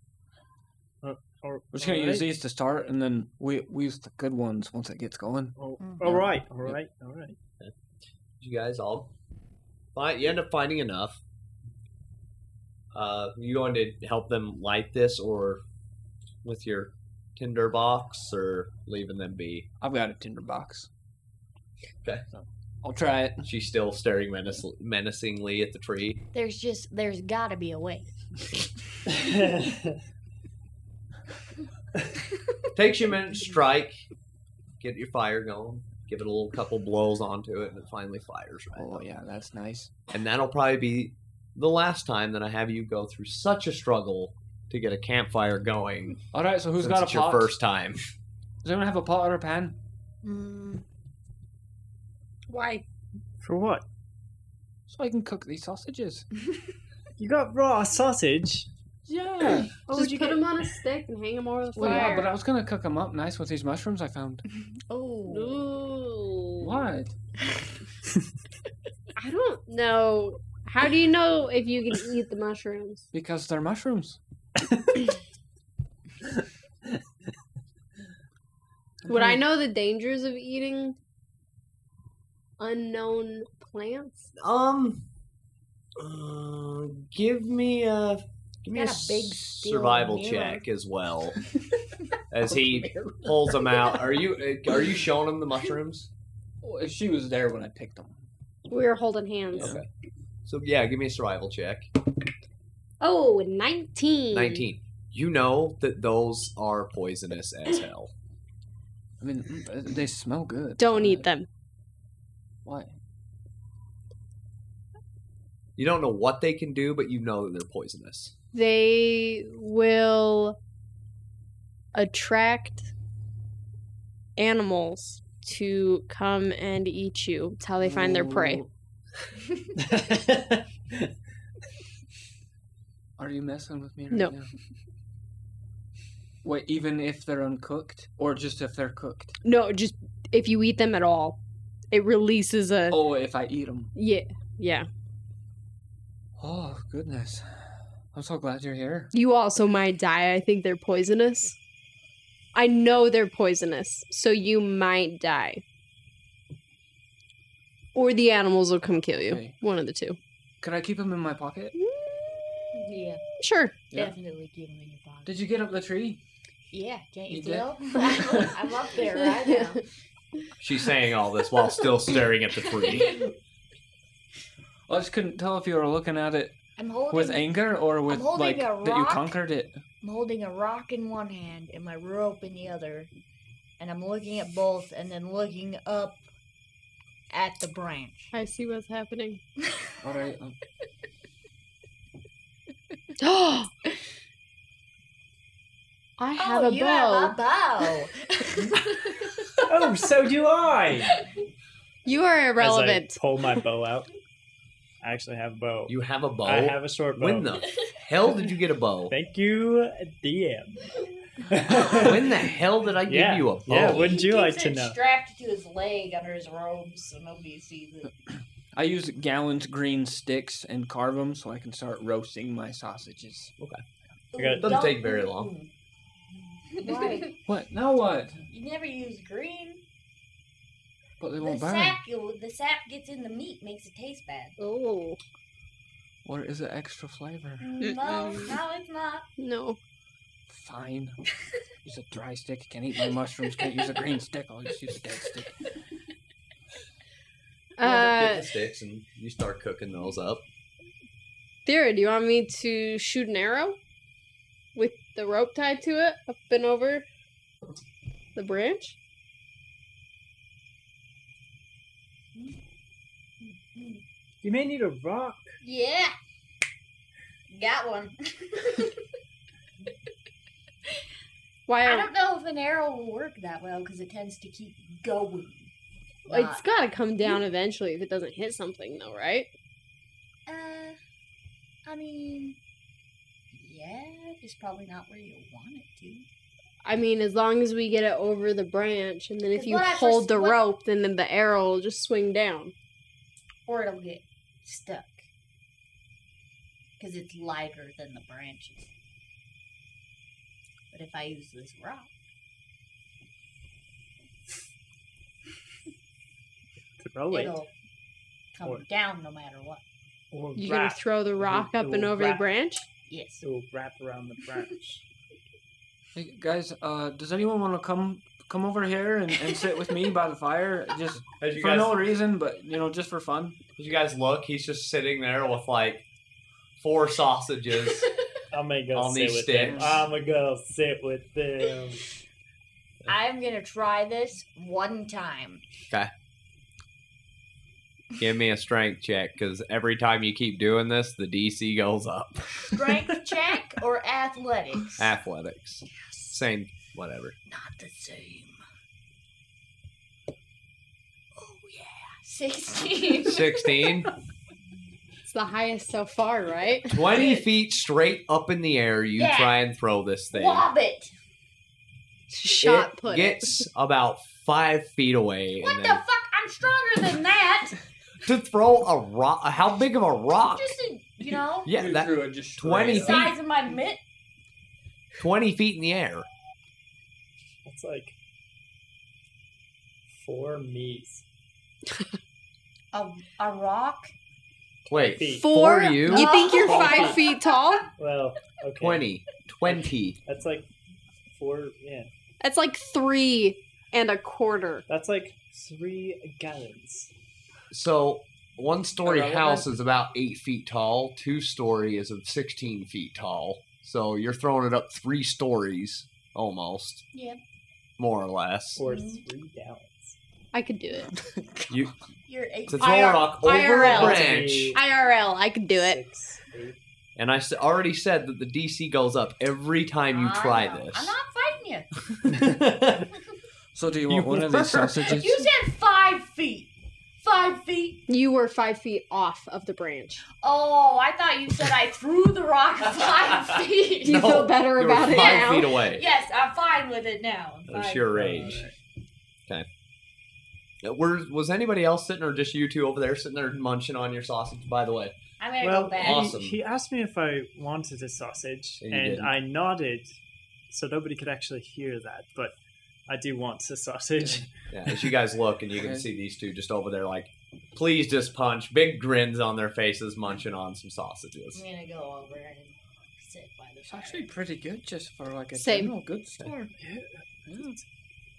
[SPEAKER 2] Or-
[SPEAKER 5] we're just going to
[SPEAKER 2] alright.
[SPEAKER 5] use these to start, and then we, we use the good ones once it gets going.
[SPEAKER 2] Oh,
[SPEAKER 4] Mm.
[SPEAKER 2] all right, all right, all right.
[SPEAKER 1] You guys all find you end up finding enough. Uh, you going to help them light this or with your tinder box or leaving them be?
[SPEAKER 5] I've got a tinder box.
[SPEAKER 1] Okay.
[SPEAKER 5] I'll try it.
[SPEAKER 1] She's still staring menace- menacingly at the tree.
[SPEAKER 4] There's just there's gotta be a way.
[SPEAKER 1] Takes you a minute to strike, get your fire going, give it a little couple blows onto it, and it finally fires right.
[SPEAKER 5] Oh, yeah, that's nice.
[SPEAKER 1] and that'll probably be the last time that I have you go through such a struggle to get a campfire going.
[SPEAKER 5] All right, so who's
[SPEAKER 1] since
[SPEAKER 5] got a
[SPEAKER 1] it's
[SPEAKER 5] pot?
[SPEAKER 1] your first time?
[SPEAKER 5] Does anyone have a pot or a pan?
[SPEAKER 4] Mm,
[SPEAKER 6] Why?
[SPEAKER 2] For what?
[SPEAKER 5] So I can cook these sausages.
[SPEAKER 2] You got raw sausage.
[SPEAKER 5] Yeah.
[SPEAKER 2] Oh,
[SPEAKER 3] Just
[SPEAKER 2] you
[SPEAKER 3] put
[SPEAKER 2] get-
[SPEAKER 3] them on a stick and hang them over the fire.
[SPEAKER 5] well, yeah, but I was gonna cook them up nice with these mushrooms I found.
[SPEAKER 4] oh
[SPEAKER 6] Ooh.
[SPEAKER 5] What?
[SPEAKER 3] I don't know. How do you know if you can eat the mushrooms?
[SPEAKER 5] Because they're mushrooms.
[SPEAKER 3] Would I know the dangers of eating unknown plants?
[SPEAKER 1] Um, uh, give me a give me a,
[SPEAKER 4] Got a big steel
[SPEAKER 1] survival
[SPEAKER 4] mirror. Oh,
[SPEAKER 1] check as well. as he pulls them out, are you uh, are you showing him the mushrooms?
[SPEAKER 5] Well, she was there when I picked them.
[SPEAKER 3] We were holding hands.
[SPEAKER 5] Yeah.
[SPEAKER 1] Okay. So yeah, give me a survival check.
[SPEAKER 3] Oh,
[SPEAKER 4] Hmm.
[SPEAKER 3] 19.
[SPEAKER 1] Nineteen. You know that those are poisonous as hell.
[SPEAKER 5] I mean, mm, they smell good.
[SPEAKER 3] Don't eat them.
[SPEAKER 5] Why?
[SPEAKER 1] You don't know what they can do, but you know that they're poisonous.
[SPEAKER 3] They will attract animals to come and eat you. It's how they find their prey.
[SPEAKER 5] Are you messing with me right
[SPEAKER 3] No.
[SPEAKER 5] now? Wait, even if they're uncooked, or just if they're cooked?
[SPEAKER 3] No, just if you eat them at all, it releases a
[SPEAKER 5] Oh, if I eat them.
[SPEAKER 3] yeah yeah.
[SPEAKER 5] Oh goodness, I'm so glad you're here.
[SPEAKER 3] You also might die. I think they're poisonous. I know they're poisonous, so you might die. Or the animals will come kill you.
[SPEAKER 5] Okay.
[SPEAKER 3] One of the two.
[SPEAKER 5] Could I keep them in my pocket?
[SPEAKER 4] Yeah,
[SPEAKER 3] Sure.
[SPEAKER 5] Yeah.
[SPEAKER 4] definitely keep them in your pocket.
[SPEAKER 5] Did you get up the tree?
[SPEAKER 4] yeah, can't
[SPEAKER 5] You
[SPEAKER 4] you
[SPEAKER 5] did?
[SPEAKER 4] tell? I'm up there right now.
[SPEAKER 1] She's saying all this while still staring at the tree.
[SPEAKER 5] I just couldn't tell if you were looking at it
[SPEAKER 4] I'm holding
[SPEAKER 5] with anger or with
[SPEAKER 4] holding
[SPEAKER 5] like
[SPEAKER 4] a
[SPEAKER 5] that you
[SPEAKER 4] rock.
[SPEAKER 5] conquered it.
[SPEAKER 4] I'm holding a rock in one hand and my rope in the other, and I'm looking at both and then looking up at the branch.
[SPEAKER 3] I see what's happening.
[SPEAKER 5] All right. um,
[SPEAKER 3] I have
[SPEAKER 4] oh,
[SPEAKER 3] a
[SPEAKER 4] you
[SPEAKER 3] bow.
[SPEAKER 4] have a bow.
[SPEAKER 2] Oh, so do I.
[SPEAKER 3] you are
[SPEAKER 2] As
[SPEAKER 3] irrelevant.
[SPEAKER 2] I pull my bow out. I actually have a bow.
[SPEAKER 1] You have a bow.
[SPEAKER 2] I have a short bow.
[SPEAKER 1] when the hell did you get a bow?
[SPEAKER 2] Thank you, DM.
[SPEAKER 1] when the hell did I give
[SPEAKER 2] Yeah.
[SPEAKER 1] you a bow?
[SPEAKER 2] Yeah, what- wouldn't
[SPEAKER 4] He
[SPEAKER 2] you
[SPEAKER 4] keeps
[SPEAKER 2] like to
[SPEAKER 4] it
[SPEAKER 2] know?
[SPEAKER 4] Strapped to his leg under his robe, so nobody sees it.
[SPEAKER 5] I use gallons green sticks and carve them so I can start roasting my sausages.
[SPEAKER 2] I got-
[SPEAKER 4] Ooh,
[SPEAKER 1] Doesn't
[SPEAKER 4] don't-
[SPEAKER 1] take very long.
[SPEAKER 4] Right.
[SPEAKER 5] What? Now what?
[SPEAKER 4] You never use green.
[SPEAKER 5] But they
[SPEAKER 4] The
[SPEAKER 5] won't burn.
[SPEAKER 4] sap, the sap gets in the meat, makes it taste bad.
[SPEAKER 6] Oh,
[SPEAKER 5] Or is it extra flavor?
[SPEAKER 4] No, no, it's not.
[SPEAKER 3] no.
[SPEAKER 5] Fine. use a dry stick. Can't eat my mushrooms. Can't use a green stick. I'll just use a dead stick.
[SPEAKER 1] You end up getting
[SPEAKER 3] Uh,
[SPEAKER 1] the sticks and you start cooking those up.
[SPEAKER 3] Thera, do you want me to shoot an arrow with the rope tied to it up and over the branch?
[SPEAKER 2] You may need a rock.
[SPEAKER 4] Yeah. Got one.
[SPEAKER 3] Why?
[SPEAKER 4] I
[SPEAKER 3] Are,
[SPEAKER 4] don't know if an arrow will work that well because it tends to keep going.
[SPEAKER 3] uh, it's got to come down eventually if it doesn't hit something, though, right?
[SPEAKER 4] Uh, I mean, yeah, just probably not where you want it to.
[SPEAKER 3] I mean, as long as we get it over the branch, and then if
[SPEAKER 4] 'Cause
[SPEAKER 3] you
[SPEAKER 4] what I
[SPEAKER 3] hold
[SPEAKER 4] first-
[SPEAKER 3] the
[SPEAKER 4] what-
[SPEAKER 3] rope, then the arrow will just swing down.
[SPEAKER 4] Or it'll get stuck. Because it's lighter than the branches. But if I use this rock,
[SPEAKER 2] To roll it.
[SPEAKER 4] it'll come
[SPEAKER 2] Oh, Or-
[SPEAKER 4] down no matter what.
[SPEAKER 2] Or
[SPEAKER 3] You're
[SPEAKER 2] wrap.
[SPEAKER 3] gonna throw the rock up
[SPEAKER 2] it
[SPEAKER 3] and
[SPEAKER 2] will
[SPEAKER 3] over the
[SPEAKER 2] wrap.
[SPEAKER 3] branch.
[SPEAKER 4] Yes.
[SPEAKER 2] It will wrap around the branch.
[SPEAKER 5] Hey, guys, uh, does anyone want to come come over here and, and sit with me by the fire? Just
[SPEAKER 1] As you
[SPEAKER 5] for
[SPEAKER 1] guys,
[SPEAKER 5] no reason, but you know, just for fun.
[SPEAKER 1] as you guys look, he's just sitting there with like four sausages.
[SPEAKER 2] I'm gonna go
[SPEAKER 1] On
[SPEAKER 2] sit
[SPEAKER 1] these
[SPEAKER 2] with Uh, them.
[SPEAKER 1] sticks.
[SPEAKER 2] I'm gonna go sit with them.
[SPEAKER 4] I'm going to try this one time.
[SPEAKER 1] Give me a strength check because every time you keep doing this, the DC goes up.
[SPEAKER 4] Strength check or athletics?
[SPEAKER 1] Athletics, same, whatever.
[SPEAKER 4] Not the same. Oh, yeah. 16.
[SPEAKER 1] 16,
[SPEAKER 3] It's the highest so far, right?
[SPEAKER 1] 20 feet straight up in the air. You
[SPEAKER 4] Yeah.
[SPEAKER 1] try and throw this thing.
[SPEAKER 4] Wobbit.
[SPEAKER 3] Shot
[SPEAKER 1] it
[SPEAKER 3] put. it.
[SPEAKER 1] gets about five feet away.
[SPEAKER 4] What
[SPEAKER 1] and
[SPEAKER 4] the fuck? I'm stronger than that.
[SPEAKER 1] then to throw a rock, how big of a rock?
[SPEAKER 4] Just, a, you know,
[SPEAKER 1] yeah, that
[SPEAKER 5] threw it just
[SPEAKER 1] 20
[SPEAKER 5] straight up.
[SPEAKER 4] size of my mitt.
[SPEAKER 1] 20 feet in the air.
[SPEAKER 2] That's like four me's.
[SPEAKER 4] A, a rock.
[SPEAKER 1] Wait,
[SPEAKER 2] Feet.
[SPEAKER 3] Four?
[SPEAKER 1] for you?
[SPEAKER 3] You think you're five feet tall?
[SPEAKER 2] Well, okay.
[SPEAKER 1] 20. 20.
[SPEAKER 2] That's like four. Yeah.
[SPEAKER 3] That's like three and a quarter.
[SPEAKER 2] That's like three gallons.
[SPEAKER 1] So one story
[SPEAKER 5] Irrelevant.
[SPEAKER 1] house is about eight feet tall, two story is of 16 feet tall. So you're throwing it up three stories almost.
[SPEAKER 4] Yeah.
[SPEAKER 1] More or less.
[SPEAKER 2] Or
[SPEAKER 4] Mhm.
[SPEAKER 2] three gallons.
[SPEAKER 3] I could do it.
[SPEAKER 4] You're eight.
[SPEAKER 1] To throw
[SPEAKER 3] IR-
[SPEAKER 1] a rock over
[SPEAKER 3] IRL.
[SPEAKER 1] a branch.
[SPEAKER 3] IRL, I could do it.
[SPEAKER 2] Six, eight.
[SPEAKER 1] And I s- already said that the DC goes up every time you
[SPEAKER 4] I
[SPEAKER 1] try
[SPEAKER 4] know.
[SPEAKER 1] this.
[SPEAKER 4] I'm not fighting you.
[SPEAKER 5] So do you
[SPEAKER 1] You
[SPEAKER 5] want one of
[SPEAKER 1] were.
[SPEAKER 5] these sausages?
[SPEAKER 4] You said five feet. Five feet.
[SPEAKER 3] You were five feet off of the branch.
[SPEAKER 4] Oh, I thought you said I threw the rock five feet.
[SPEAKER 3] Do you
[SPEAKER 1] No,
[SPEAKER 3] feel better
[SPEAKER 1] You're
[SPEAKER 3] about
[SPEAKER 1] five
[SPEAKER 3] it now?
[SPEAKER 1] feet away.
[SPEAKER 4] Yes, I'm fine with it now. I'm
[SPEAKER 1] That's
[SPEAKER 4] fine.
[SPEAKER 1] your rage. Okay. Were, Uh, was anybody else sitting, or just you two over there sitting there munching on your sausage? By the way,
[SPEAKER 4] I'm gonna
[SPEAKER 2] well,
[SPEAKER 4] go back.
[SPEAKER 2] he-
[SPEAKER 1] Awesome.
[SPEAKER 2] He, asked me if I wanted a sausage,
[SPEAKER 1] And
[SPEAKER 2] and,
[SPEAKER 1] you didn't.
[SPEAKER 2] I nodded, so nobody could actually hear that. But I do want a sausage.
[SPEAKER 1] yeah, as you guys look and you can
[SPEAKER 5] Okay.
[SPEAKER 1] see these two just over there, like please just punch, big grins on their faces, munching on some sausages.
[SPEAKER 4] I'm gonna go over and sit by the
[SPEAKER 5] It's
[SPEAKER 4] fire.
[SPEAKER 5] actually pretty good just for like a
[SPEAKER 3] Same.
[SPEAKER 5] general good store.
[SPEAKER 2] Yeah.
[SPEAKER 5] Yeah.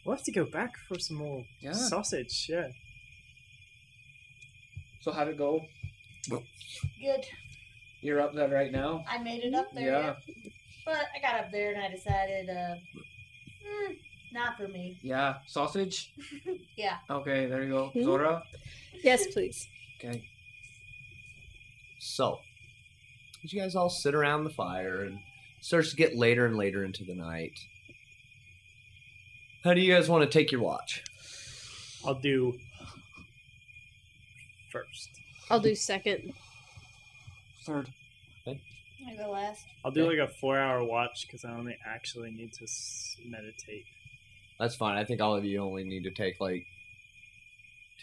[SPEAKER 2] We'll have to go back for some more
[SPEAKER 5] Yeah.
[SPEAKER 2] sausage. Yeah.
[SPEAKER 5] So how'd it go?
[SPEAKER 4] good.
[SPEAKER 5] You're up there right now.
[SPEAKER 4] I made it up there,
[SPEAKER 5] Yeah.
[SPEAKER 4] but I got up there and I decided, uh, mm, not for me.
[SPEAKER 5] Yeah. Sausage.
[SPEAKER 4] Yeah.
[SPEAKER 5] Okay, there you go.
[SPEAKER 3] Mhm.
[SPEAKER 5] Zora.
[SPEAKER 3] Yes, please.
[SPEAKER 5] Okay.
[SPEAKER 1] So, as you guys all sit around the fire and it starts to get later and later into the night, how do you guys want to take your watch?
[SPEAKER 2] I'll do first.
[SPEAKER 3] I'll do second.
[SPEAKER 5] Third.
[SPEAKER 4] I go last.
[SPEAKER 2] I'll do
[SPEAKER 1] Okay.
[SPEAKER 2] like a four-hour watch because I only actually need to s- meditate.
[SPEAKER 1] That's fine. I think all of you only need to take like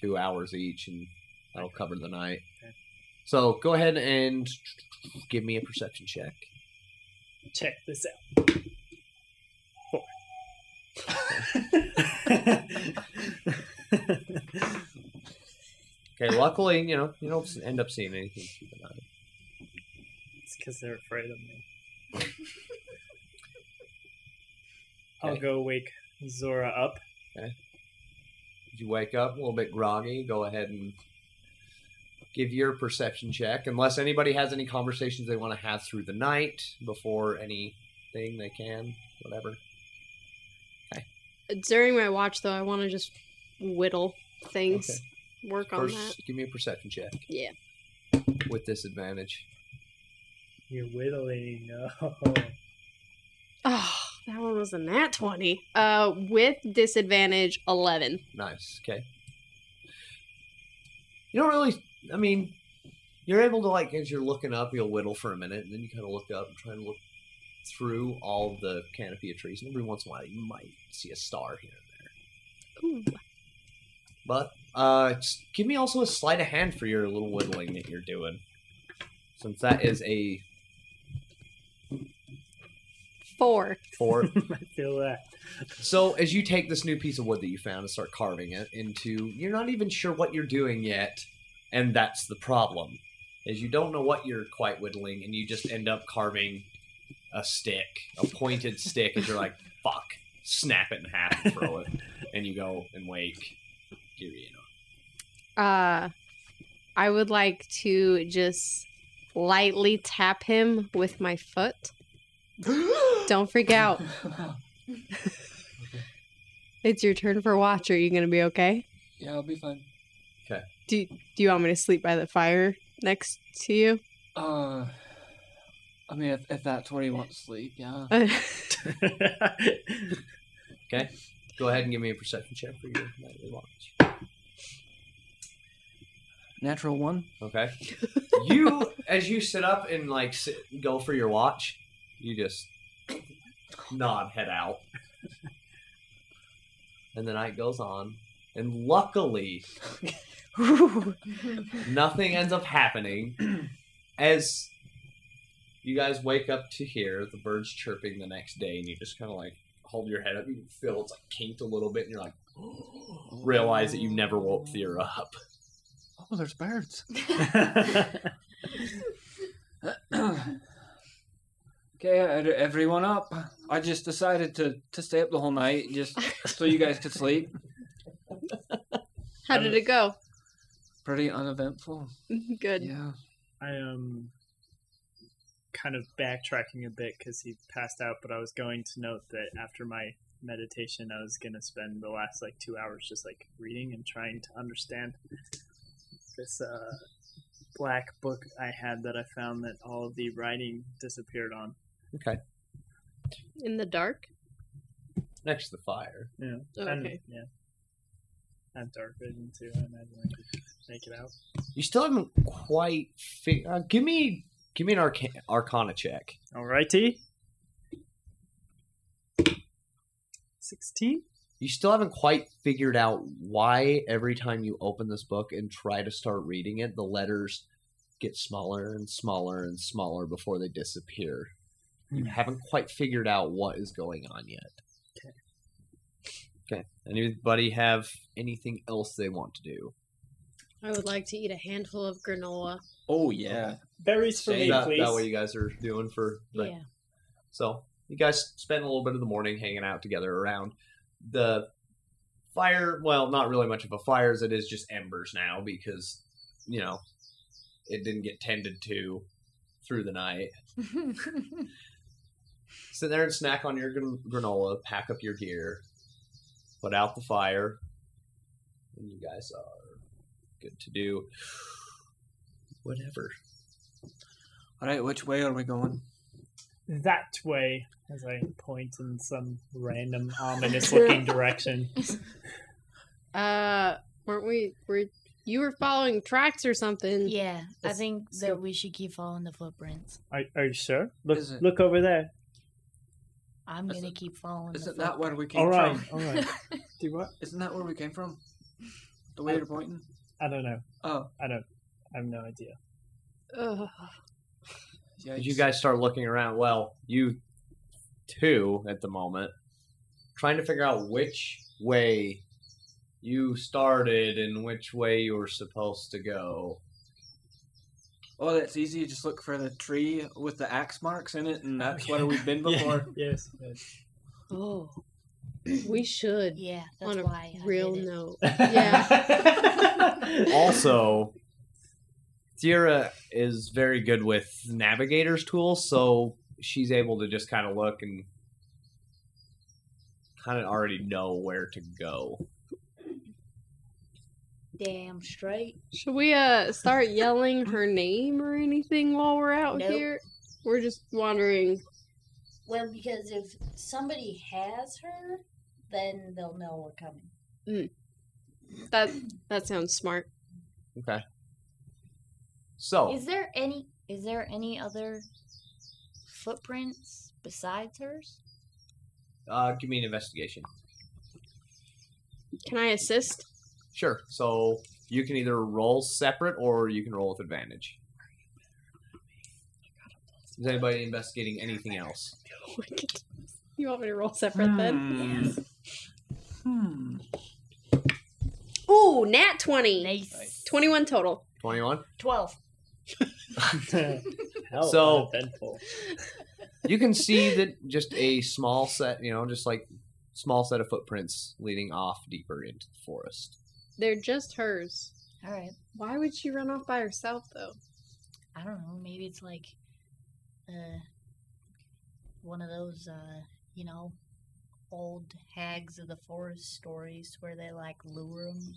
[SPEAKER 1] two hours each, and that'll cover the night.
[SPEAKER 2] Okay.
[SPEAKER 1] So go ahead and give me a perception check.
[SPEAKER 2] Check this out. Four.
[SPEAKER 1] Okay. Luckily, you know you don't end up seeing anything. through the night.
[SPEAKER 2] It's because they're afraid of me. I'll
[SPEAKER 1] Okay.
[SPEAKER 2] go wake Zora up.
[SPEAKER 1] If you wake up a little bit groggy, go ahead and give your perception check. Unless anybody has any conversations they want to have through the night before anything they can, whatever.
[SPEAKER 3] During my watch, though, I want to just whittle things, work on that.
[SPEAKER 1] First, give me a perception check
[SPEAKER 3] Yeah.
[SPEAKER 1] with disadvantage.
[SPEAKER 2] You're whittling. Oh.
[SPEAKER 3] Oh, that one was a nat 20. Uh, with disadvantage, 11.
[SPEAKER 1] Nice. Okay. You don't really. I mean, you're able to like as you're looking up, you'll whittle for a minute, and then you kind of look up and try and look through all the canopy of trees. And every once in a while, you might see a star here and there.
[SPEAKER 3] Ooh.
[SPEAKER 1] But uh, just give me also a sleight of hand for your little whittling that you're doing, since that is a
[SPEAKER 3] Four.
[SPEAKER 1] four.
[SPEAKER 2] I feel that.
[SPEAKER 1] so as you take this new piece of wood that you found and start carving it into, you're not even sure what you're doing yet, and that's the problem, is you don't know what you're quite whittling, and you just end up carving a stick, a pointed stick, and you're like, "Fuck!" Snap it in half, and throw it, and you go and wake. Kirino.
[SPEAKER 3] Uh, I would like to just lightly tap him with my foot. Don't freak out. It's your turn for watch. Are you going to be okay?
[SPEAKER 5] yeah, I'll be fine.
[SPEAKER 3] Do, do you want me to sleep by the fire next to you?
[SPEAKER 5] Uh, I mean, if, if that's where you want to sleep, yeah.
[SPEAKER 3] Uh,
[SPEAKER 1] Go ahead and give me a perception check for your nightly watch.
[SPEAKER 5] Natural one.
[SPEAKER 1] Okay. you, as you sit up and like sit, go for your watch, you just nod, head out, and the night goes on. And luckily, nothing ends up happening. As you guys wake up to hear the birds chirping the next day, and you just kind of like hold your head up, you can feel it's like kinked a little bit, and you're like, realize that you never woke Thera up.
[SPEAKER 5] Oh, there's birds. okay, e- everyone up. I just decided to, to stay up the whole night just so you guys could sleep.
[SPEAKER 3] how did it go?
[SPEAKER 5] Pretty uneventful.
[SPEAKER 3] Good.
[SPEAKER 5] Yeah.
[SPEAKER 2] I am kind of backtracking a bit because he passed out, but I was going to note that after my meditation, I was going to spend the last like two hours just like reading and trying to understand this uh, black book I had that I found that all of the writing disappeared on.
[SPEAKER 3] In the dark?
[SPEAKER 1] Next to the fire.
[SPEAKER 2] Yeah. And,
[SPEAKER 3] Oh, Okay.
[SPEAKER 2] yeah. I have dark vision too, and I didn't make it out.
[SPEAKER 1] You still haven't quite fig- uh, give me give me an arca- arcana check.
[SPEAKER 2] Alrighty. 16?
[SPEAKER 1] You still haven't quite figured out why every time you open this book and try to start reading it, the letters get smaller and smaller and smaller before they disappear. You haven't quite figured out what is going on yet. Okay. Anybody have anything else they want to do?
[SPEAKER 3] I would like to eat a handful of granola.
[SPEAKER 5] Oh yeah.
[SPEAKER 2] Berries for
[SPEAKER 1] Say
[SPEAKER 2] me,
[SPEAKER 1] that,
[SPEAKER 2] please.
[SPEAKER 1] that way you guys are doing for like
[SPEAKER 3] Yeah.
[SPEAKER 1] So you guys spend a little bit of the morning hanging out together around the fire. Well, not really much of a fire as it is just embers now because, you know, it didn't get tended to through the night. Sit there and snack on your gran- granola, pack up your gear, put out the fire, and you guys are good to do whatever.
[SPEAKER 5] All right, which way are we going?
[SPEAKER 2] that way, as I point in some random ominous-looking direction.
[SPEAKER 3] Uh, weren't we? Were you were following tracks or something?
[SPEAKER 4] yeah, I
[SPEAKER 2] Let's-
[SPEAKER 4] think
[SPEAKER 2] let's go.
[SPEAKER 4] that we should keep following the footprints.
[SPEAKER 2] Are, are you sure? Look,
[SPEAKER 5] Is it-
[SPEAKER 2] look over there.
[SPEAKER 4] I'm
[SPEAKER 5] Is
[SPEAKER 4] gonna
[SPEAKER 5] it-
[SPEAKER 4] keep following. the
[SPEAKER 5] Isn't that where we came
[SPEAKER 2] All right,
[SPEAKER 5] from?
[SPEAKER 2] all right. Do what?
[SPEAKER 5] Isn't that where we came from? The way you're pointing.
[SPEAKER 2] I don't know.
[SPEAKER 5] Oh,
[SPEAKER 2] I don't. I have no idea.
[SPEAKER 3] Ugh.
[SPEAKER 5] yeah.
[SPEAKER 1] As you guys start looking around, well, you two at the moment, trying to figure out which way you started and which way you were supposed to go.
[SPEAKER 5] Oh, that's easy. You just look for the tree with the axe marks in it, and that's where we've been before.
[SPEAKER 2] yes, yes.
[SPEAKER 3] Oh, we should.
[SPEAKER 4] Yeah, that's
[SPEAKER 3] on a
[SPEAKER 4] why. I
[SPEAKER 3] real
[SPEAKER 4] did it.
[SPEAKER 3] note.
[SPEAKER 2] Yeah.
[SPEAKER 1] Also, Tira is very good with navigator's tools, so she's able to just kind of look and kind of already know where to go.
[SPEAKER 4] Damn straight.
[SPEAKER 3] Should we uh start yelling her name or anything while we're out
[SPEAKER 4] Nope.
[SPEAKER 3] here? We're just wandering.
[SPEAKER 4] Well, because if somebody has her, then they'll know we're coming.
[SPEAKER 3] That that sounds smart.
[SPEAKER 1] Okay. So,
[SPEAKER 4] Is there any? Is there any other footprints besides hers?
[SPEAKER 1] uh, give me an investigation.
[SPEAKER 3] Can I assist?
[SPEAKER 1] Sure. So you can either roll separate or you can roll with advantage. Is anybody investigating anything else?
[SPEAKER 3] Oh my goodness. You want me to roll separate then?
[SPEAKER 5] Hmm.
[SPEAKER 3] Ooh, nat twenty.
[SPEAKER 4] Nice.
[SPEAKER 3] Twenty-one total.
[SPEAKER 1] 21?
[SPEAKER 4] Twelve.
[SPEAKER 2] Hell,
[SPEAKER 1] So-
[SPEAKER 2] uneventful.
[SPEAKER 1] You can see that just a small set, you know, just like small set of footprints leading off deeper into the forest.
[SPEAKER 3] They're just hers.
[SPEAKER 4] All right.
[SPEAKER 3] Why would she run off by herself though?
[SPEAKER 4] I don't know. Maybe it's like uh, one of those, uh, you know, old hags of the forest stories where they like lure them.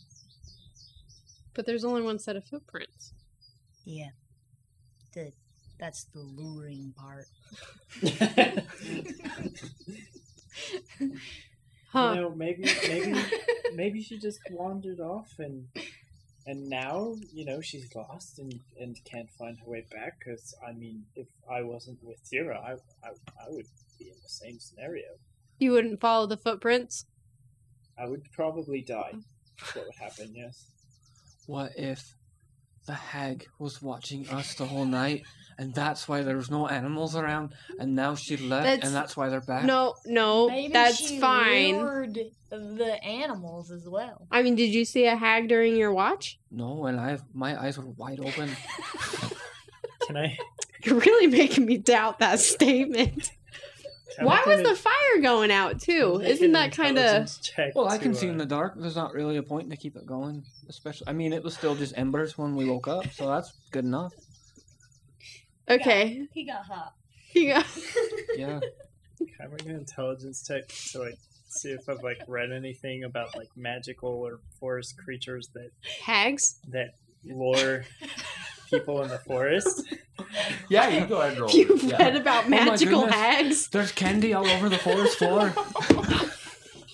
[SPEAKER 3] But there's only one set of footprints.
[SPEAKER 4] Yeah. The, that's the luring part.
[SPEAKER 3] Huh.
[SPEAKER 2] You know, maybe, maybe, maybe she just wandered off and and now you know she's lost and, and can't find her way back. Because I mean, if I wasn't with Tira, I, I I would be in the same scenario.
[SPEAKER 3] You wouldn't follow the footprints?
[SPEAKER 2] I would probably die.
[SPEAKER 3] Mm.
[SPEAKER 2] That's what would happen? Yes.
[SPEAKER 5] What if the hag was watching us the whole night, and that's why there was no animals around, and now she left,
[SPEAKER 3] That's-
[SPEAKER 5] and that's why they're back?
[SPEAKER 3] No, no, that's
[SPEAKER 4] she
[SPEAKER 3] fine.
[SPEAKER 4] lured the animals as well.
[SPEAKER 3] I mean, did you see a hag during your watch?
[SPEAKER 5] No, and I my eyes were wide open.
[SPEAKER 2] Can I?
[SPEAKER 3] You're really making me doubt that statement.
[SPEAKER 2] can I
[SPEAKER 3] Why
[SPEAKER 2] make
[SPEAKER 3] was
[SPEAKER 2] an-
[SPEAKER 3] the fire going out too?
[SPEAKER 2] make
[SPEAKER 3] Isn't
[SPEAKER 2] an
[SPEAKER 3] that kind of
[SPEAKER 2] intelligence check
[SPEAKER 5] Well, I
[SPEAKER 2] to,
[SPEAKER 5] can see
[SPEAKER 2] uh,
[SPEAKER 5] in the dark. There's not really a point to keep it going, especially. I mean, it was still just embers when we woke up, so that's good enough.
[SPEAKER 3] okay?
[SPEAKER 4] He got hot.
[SPEAKER 3] Yeah.
[SPEAKER 5] Yeah.
[SPEAKER 2] Can I make an intelligence check to like see if I've like read anything about like magical or forest creatures that
[SPEAKER 3] Hags?
[SPEAKER 2] that lure people in the forest?
[SPEAKER 1] Yeah, you go ahead and roll.
[SPEAKER 3] You
[SPEAKER 1] it. Yeah.
[SPEAKER 3] read about
[SPEAKER 5] Oh my
[SPEAKER 3] magical
[SPEAKER 5] goodness.
[SPEAKER 3] hags
[SPEAKER 5] There's candy all over the forest floor.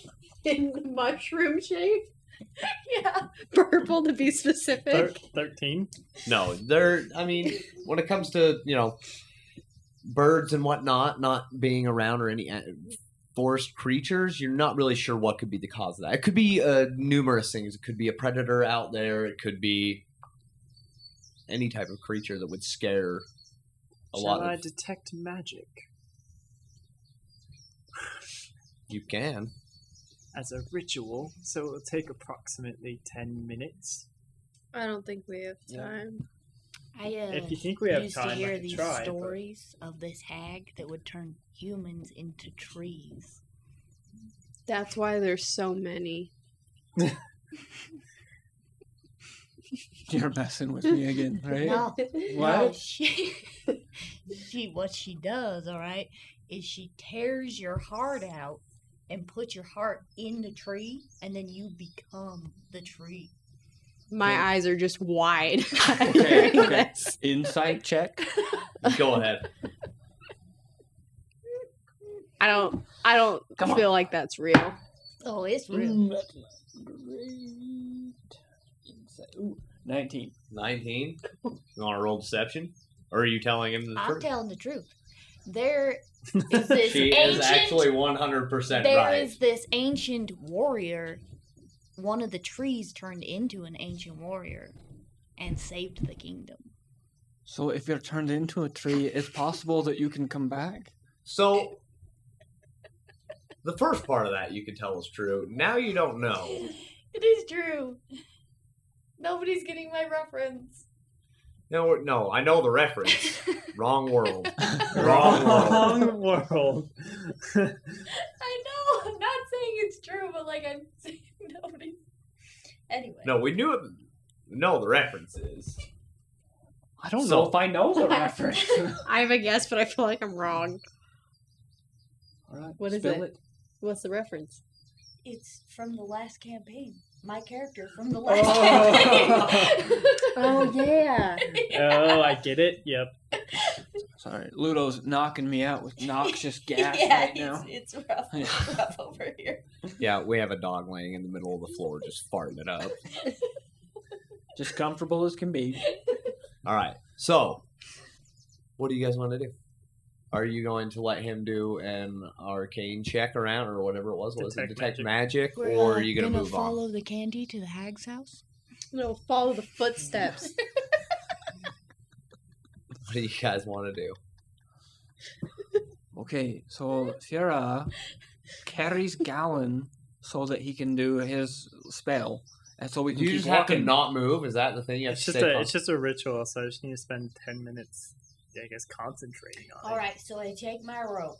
[SPEAKER 3] in mushroom shape,
[SPEAKER 4] yeah.
[SPEAKER 3] purple to be
[SPEAKER 2] Thir-
[SPEAKER 3] specific.
[SPEAKER 2] Thirteen.
[SPEAKER 1] No, they're. I mean, when it comes to you know birds and whatnot not being around or any a- forest creatures, you're not really sure what could be the cause of that. It could be uh, numerous things. It could be a predator out there. It could be any type of creature that would scare a
[SPEAKER 2] Shall
[SPEAKER 1] lot
[SPEAKER 2] I
[SPEAKER 1] of.
[SPEAKER 2] detect magic
[SPEAKER 1] you can.
[SPEAKER 2] as a ritual? So it'll take approximately ten minutes.
[SPEAKER 3] I don't think we have
[SPEAKER 2] Yeah.
[SPEAKER 3] time.
[SPEAKER 4] I uh,
[SPEAKER 2] If you think we have
[SPEAKER 4] used
[SPEAKER 2] time,
[SPEAKER 4] to
[SPEAKER 2] I
[SPEAKER 4] hear
[SPEAKER 2] could
[SPEAKER 4] these
[SPEAKER 2] try, but-
[SPEAKER 4] stories of this hag that would turn humans into trees.
[SPEAKER 3] That's why there's so many.
[SPEAKER 5] You're messing with me again, right?
[SPEAKER 4] No, no,
[SPEAKER 5] What?
[SPEAKER 4] she, she, what she does, all right, is she tears your heart out and puts your heart in the tree, and then you become the tree.
[SPEAKER 3] My
[SPEAKER 5] Yeah.
[SPEAKER 3] eyes are just wide.
[SPEAKER 5] Okay,
[SPEAKER 3] during
[SPEAKER 5] okay.
[SPEAKER 3] this.
[SPEAKER 5] Insight check.
[SPEAKER 1] Go ahead.
[SPEAKER 3] I don't. I don't
[SPEAKER 5] Come on.
[SPEAKER 3] feel like that's real.
[SPEAKER 4] Oh, it's real.
[SPEAKER 5] Mm, that's not great. Insight. Ooh, 19.
[SPEAKER 1] 19. You want to roll deception? Or are you telling him the
[SPEAKER 4] I'm
[SPEAKER 1] truth?
[SPEAKER 4] telling the truth. There is this
[SPEAKER 1] She
[SPEAKER 4] ancient.
[SPEAKER 1] is actually 100%
[SPEAKER 4] There is
[SPEAKER 1] right.
[SPEAKER 4] this ancient warrior. One of the trees turned into an ancient warrior and saved the kingdom.
[SPEAKER 5] So if you're turned into a tree, it's possible that you can come back.
[SPEAKER 1] So, the first part of that you could tell is true. Now you don't know.
[SPEAKER 4] It is true. Nobody's getting my reference.
[SPEAKER 1] No, no, I know the reference. Wrong world. Wrong world.
[SPEAKER 2] Wrong world.
[SPEAKER 4] I know. I'm not saying it's true, but like I'm saying nobody. Anyway.
[SPEAKER 1] No, we knew it. No, the reference is.
[SPEAKER 5] I don't
[SPEAKER 1] So-
[SPEAKER 5] know if I know the reference.
[SPEAKER 3] I have a guess, but I feel like I'm wrong.
[SPEAKER 5] All right,
[SPEAKER 3] What is
[SPEAKER 5] spill
[SPEAKER 3] it? What's the reference?
[SPEAKER 4] It's from the last campaign. My character from the last
[SPEAKER 1] Oh.
[SPEAKER 4] campaign.
[SPEAKER 6] Oh yeah.
[SPEAKER 2] Oh, I get it. Yep.
[SPEAKER 5] Sorry, Ludo's knocking me out with noxious gas
[SPEAKER 4] yeah,
[SPEAKER 5] right now.
[SPEAKER 4] it's, it's rough,
[SPEAKER 5] Yeah.
[SPEAKER 4] rough over here.
[SPEAKER 1] Yeah, we have a dog laying in the middle of the floor just farting it up.
[SPEAKER 5] Just comfortable as can be.
[SPEAKER 1] All right. So, what do you guys want to do? Are you going to let him do an arcane check around or whatever it was? Was it
[SPEAKER 2] Detect
[SPEAKER 1] detect magic, or are you going to move on?
[SPEAKER 4] uh, the candy to the hag's house?
[SPEAKER 3] No, follow the footsteps.
[SPEAKER 1] What do you guys want to do?
[SPEAKER 5] Okay, so Fiera carries Gallon so that he can do his spell, and so we can
[SPEAKER 1] You
[SPEAKER 5] keep
[SPEAKER 1] just have
[SPEAKER 5] walking.
[SPEAKER 1] to not move. Is that the thing? You have
[SPEAKER 2] It's
[SPEAKER 1] to
[SPEAKER 2] just
[SPEAKER 1] stay
[SPEAKER 2] a
[SPEAKER 1] con-
[SPEAKER 2] it's just a ritual, so I just need to spend ten minutes, I guess, concentrating on it.
[SPEAKER 4] All right, so I take my rope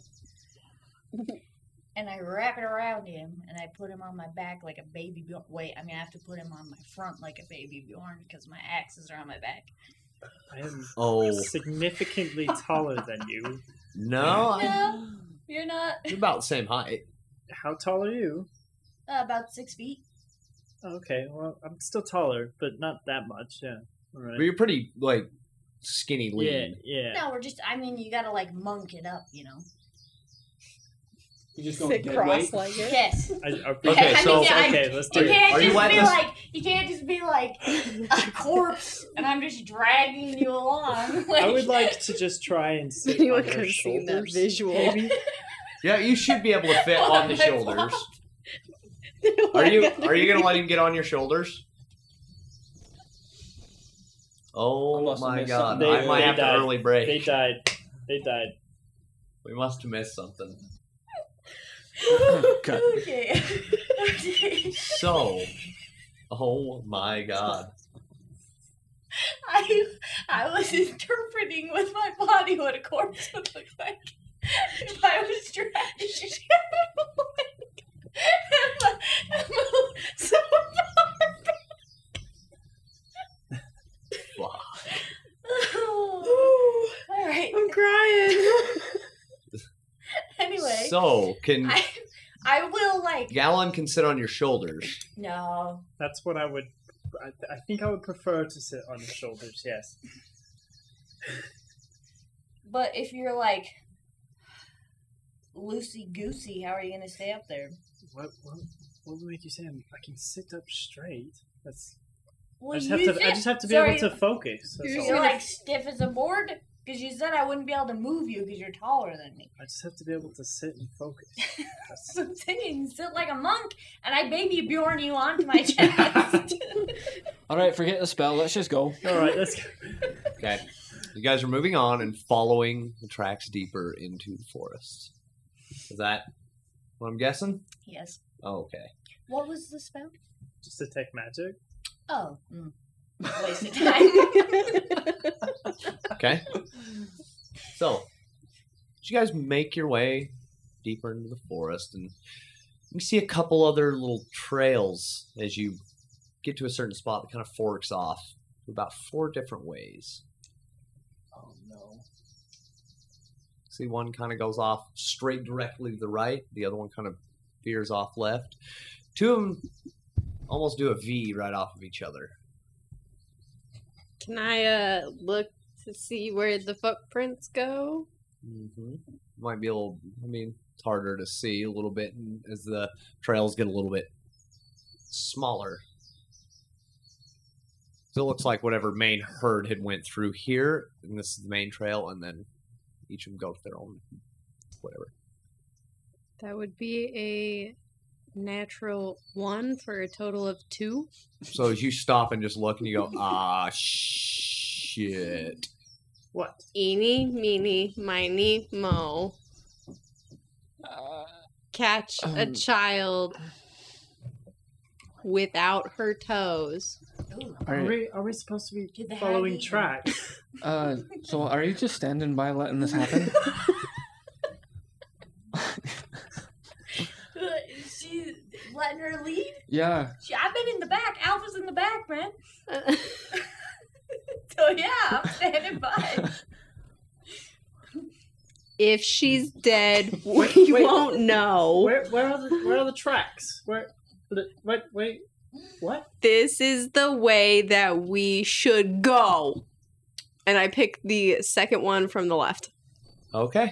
[SPEAKER 4] and I wrap it around him and I put him on my back like a baby Bjorn. Wait, I mean, I have to put him on my front like a baby Bjorn because my axes are on my back.
[SPEAKER 2] I am
[SPEAKER 1] Oh
[SPEAKER 2] significantly taller than you.
[SPEAKER 1] no! I-
[SPEAKER 4] No, you're not.
[SPEAKER 1] You're about the same height.
[SPEAKER 2] How tall are you?
[SPEAKER 4] Uh, about six feet.
[SPEAKER 2] Okay, well, I'm still taller, but not that much. Yeah.
[SPEAKER 1] But
[SPEAKER 2] All right.
[SPEAKER 1] you're pretty like skinny
[SPEAKER 2] Yeah,
[SPEAKER 1] lean.
[SPEAKER 2] yeah.
[SPEAKER 4] No, we're just, I mean, you gotta like monk it up, you know?
[SPEAKER 5] You just go
[SPEAKER 3] Sit
[SPEAKER 5] dead
[SPEAKER 3] cross
[SPEAKER 5] weight.
[SPEAKER 3] legged.
[SPEAKER 4] Yes.
[SPEAKER 2] I, I-
[SPEAKER 1] Okay,
[SPEAKER 4] I
[SPEAKER 1] so-
[SPEAKER 4] mean, yeah, I-
[SPEAKER 2] okay, let's do
[SPEAKER 4] You
[SPEAKER 1] Okay,
[SPEAKER 2] it.
[SPEAKER 1] are
[SPEAKER 4] can't
[SPEAKER 1] you
[SPEAKER 4] just
[SPEAKER 1] letting
[SPEAKER 4] be
[SPEAKER 1] us-
[SPEAKER 4] like you can't just be like a corpse, and I'm just dragging you along. Like,
[SPEAKER 2] I would like to just try and sit
[SPEAKER 3] Anyone
[SPEAKER 2] on
[SPEAKER 3] could
[SPEAKER 2] her
[SPEAKER 3] have seen that
[SPEAKER 2] shoulders.
[SPEAKER 3] visual.
[SPEAKER 2] Maybe.
[SPEAKER 1] Yeah, you should be able to fit on the
[SPEAKER 4] My
[SPEAKER 1] shoulders.
[SPEAKER 4] flop.
[SPEAKER 1] Are you are you gonna let him get on your shoulders? Oh
[SPEAKER 5] must have
[SPEAKER 1] my
[SPEAKER 5] missed
[SPEAKER 1] god!
[SPEAKER 5] something.
[SPEAKER 1] I
[SPEAKER 5] They-
[SPEAKER 1] might
[SPEAKER 2] they
[SPEAKER 1] have
[SPEAKER 2] died.
[SPEAKER 1] an early
[SPEAKER 2] They
[SPEAKER 1] break.
[SPEAKER 2] died. They died.
[SPEAKER 1] We must have missed something.
[SPEAKER 5] God.
[SPEAKER 4] okay. okay.
[SPEAKER 1] So, oh my god!
[SPEAKER 4] I I was interpreting with my body what a corpse would look like if I was dragging. you. so
[SPEAKER 1] Wow.
[SPEAKER 4] all right.
[SPEAKER 3] I'm crying.
[SPEAKER 4] Anyway,
[SPEAKER 1] So can
[SPEAKER 4] I I will like
[SPEAKER 1] Gallon can sit on your shoulders?
[SPEAKER 4] no.
[SPEAKER 2] That's what I would. I, I think I would prefer to sit on her shoulders. Yes.
[SPEAKER 4] But if you're like loosey goosey, how are you gonna stay up there?
[SPEAKER 2] What, what, what would make you say I'm, I can sit up straight? That's.
[SPEAKER 4] Well,
[SPEAKER 2] I just have to. I just have to be
[SPEAKER 4] sorry,
[SPEAKER 2] able to focus. That's
[SPEAKER 3] you're
[SPEAKER 2] all.
[SPEAKER 4] You're
[SPEAKER 3] gonna-
[SPEAKER 4] like stiff as a board Because you said I wouldn't be able to move you because you're taller than me.
[SPEAKER 2] I just have to be able to sit and focus. That's-
[SPEAKER 4] So I'm saying you can sit like a monk, and I baby Bjorn you onto my chest.
[SPEAKER 5] All right, forget the spell. Let's just go.
[SPEAKER 2] All right, let's go.
[SPEAKER 1] Okay. You guys are moving on and following the tracks deeper into the forest. Is that what I'm guessing?
[SPEAKER 4] yes.
[SPEAKER 1] Oh, okay.
[SPEAKER 4] What was the spell?
[SPEAKER 2] Just detect magic.
[SPEAKER 4] Oh. Mm. Wasted time.
[SPEAKER 1] Okay. So, as you guys make your way deeper into the forest, and you see a couple other little trails as you get to a certain spot that kind of forks off about four different ways.
[SPEAKER 2] Oh no.
[SPEAKER 1] See, one kind of goes off straight directly to the right, the other one kind of veers off left. Two of them almost do a V right off of each other.
[SPEAKER 3] Can I uh look to see where the footprints go?
[SPEAKER 1] Mm-hmm. Might be a little, I mean, it's harder to see a little bit as the trails get a little bit smaller. So it looks like whatever main herd had went through here, and this is the main trail, and then each of them go to their own whatever.
[SPEAKER 3] That would be a natural one for a total of two.
[SPEAKER 1] So as you stop and just look and you go, ah, shit.
[SPEAKER 2] What?
[SPEAKER 3] Eeny, meeny, miny, mo. Catch a
[SPEAKER 5] Um.
[SPEAKER 3] child without her toes.
[SPEAKER 4] Ooh,
[SPEAKER 5] All
[SPEAKER 2] Are
[SPEAKER 5] right.
[SPEAKER 2] we are we supposed to be
[SPEAKER 4] did the hag
[SPEAKER 2] following
[SPEAKER 4] eat him?
[SPEAKER 2] tracks?
[SPEAKER 5] Uh, so are you just standing by letting this happen?
[SPEAKER 4] She's letting her lead.
[SPEAKER 5] yeah.
[SPEAKER 4] She, I've been in the back. Alpha's in the back, man. So yeah, I'm standing by.
[SPEAKER 3] if she's dead, we
[SPEAKER 2] Wait.
[SPEAKER 3] won't know.
[SPEAKER 2] Where where are the where are the tracks? Where? the- Wait wait. What?
[SPEAKER 3] This is the way that we should go. And I pick the second one from the left.
[SPEAKER 1] Okay.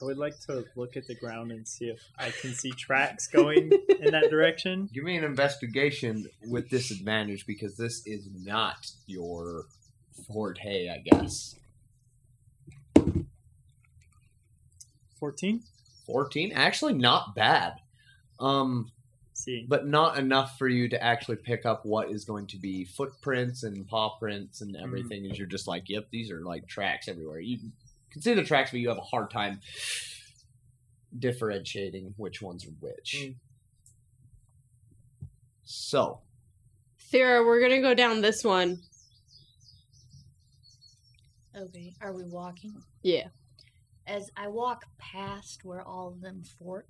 [SPEAKER 2] I would like to look at the ground and see if I can see tracks going in that direction.
[SPEAKER 1] Give me an investigation with disadvantage because this is not your forte, I guess.
[SPEAKER 2] 14?
[SPEAKER 1] 14 actually not bad um
[SPEAKER 2] See.
[SPEAKER 1] but not enough for you to actually pick up what is going to be footprints and paw prints and everything as you're just like yep these are like tracks everywhere you can see the tracks but you have a hard time differentiating which ones are which
[SPEAKER 2] Mm.
[SPEAKER 1] so
[SPEAKER 3] Thera, we're gonna go down this one.
[SPEAKER 4] Okay, are we walking?
[SPEAKER 3] Yeah.
[SPEAKER 4] As I walk past where all of them fork,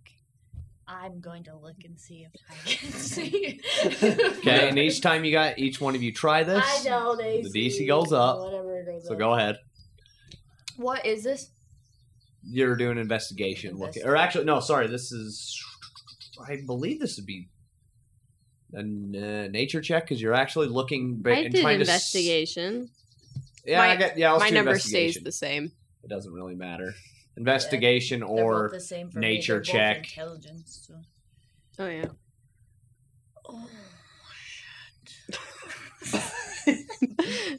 [SPEAKER 4] I'm going to look and see if I can see.
[SPEAKER 1] okay and each time you got each one of you try this
[SPEAKER 4] I know they.
[SPEAKER 1] The DC
[SPEAKER 4] see
[SPEAKER 1] goes up,
[SPEAKER 4] Whatever it goes
[SPEAKER 1] so
[SPEAKER 4] up.
[SPEAKER 1] go ahead
[SPEAKER 4] What is this?
[SPEAKER 1] you're doing investigation looking or actually no sorry this is i believe this would be a n- uh, nature check because you're actually looking ba-
[SPEAKER 3] I
[SPEAKER 1] and
[SPEAKER 3] did
[SPEAKER 1] trying
[SPEAKER 3] investigation.
[SPEAKER 1] to s- yeah i
[SPEAKER 3] My-
[SPEAKER 1] got yeah I'll
[SPEAKER 3] My
[SPEAKER 1] do
[SPEAKER 3] number
[SPEAKER 1] investigation.
[SPEAKER 3] stays the same.
[SPEAKER 1] it doesn't really matter investigation
[SPEAKER 4] They're both
[SPEAKER 1] or
[SPEAKER 4] the same for
[SPEAKER 1] nature
[SPEAKER 4] me. They're both
[SPEAKER 1] check.
[SPEAKER 4] Intelligence. So.
[SPEAKER 3] Oh yeah.
[SPEAKER 4] Oh,
[SPEAKER 3] Oh,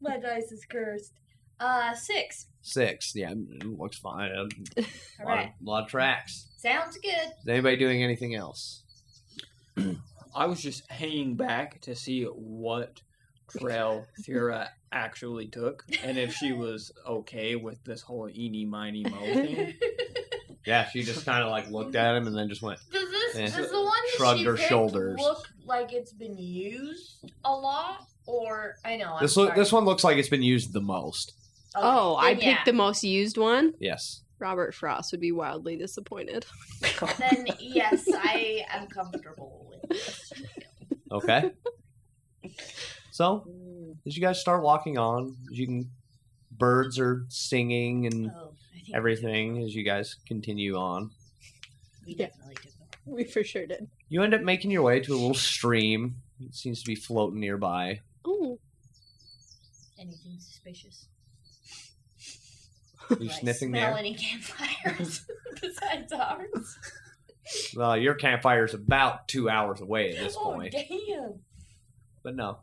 [SPEAKER 4] my dice is cursed. Uh, six.
[SPEAKER 1] six yeah mm, mm, looks fine Um,
[SPEAKER 4] All
[SPEAKER 1] lot, of-
[SPEAKER 4] right.
[SPEAKER 1] lot of tracks
[SPEAKER 4] Sounds good.
[SPEAKER 1] is anybody doing anything else
[SPEAKER 5] I was just hanging back to see what trail Thera actually took and if she was okay with this whole eeny miny mo thing.
[SPEAKER 1] yeah she just kind of like looked at him and then just went
[SPEAKER 4] Does this
[SPEAKER 1] Yeah.
[SPEAKER 4] does the one that
[SPEAKER 1] Shrugged
[SPEAKER 4] she
[SPEAKER 1] her
[SPEAKER 4] picked
[SPEAKER 1] shoulders.
[SPEAKER 4] look like it's been used a lot, or I know I'm
[SPEAKER 1] this lo-
[SPEAKER 4] sorry.
[SPEAKER 1] this one looks like it's been used the most
[SPEAKER 4] Okay,
[SPEAKER 3] Oh, I
[SPEAKER 4] then
[SPEAKER 3] picked the most used one.
[SPEAKER 1] yes
[SPEAKER 3] Robert Frost would be wildly disappointed.
[SPEAKER 4] yeah. Then yes, I am comfortable with this.
[SPEAKER 1] Okay. so,
[SPEAKER 4] Mm.
[SPEAKER 1] as you guys start walking on, as you can, birds are singing and
[SPEAKER 4] Oh, I think
[SPEAKER 1] everything as you guys continue on.
[SPEAKER 4] We
[SPEAKER 3] Yeah.
[SPEAKER 4] definitely did that.
[SPEAKER 3] We for sure did.
[SPEAKER 1] You end up making your way to a little stream. It seems to be floating nearby.
[SPEAKER 3] Oh,
[SPEAKER 4] Anything suspicious?
[SPEAKER 1] You're
[SPEAKER 4] Do I
[SPEAKER 1] sniffing
[SPEAKER 4] smell
[SPEAKER 1] there.
[SPEAKER 4] any campfires besides ours?
[SPEAKER 1] Well, your campfire is about two hours away at this
[SPEAKER 4] oh
[SPEAKER 1] point.
[SPEAKER 4] damn!
[SPEAKER 1] But no.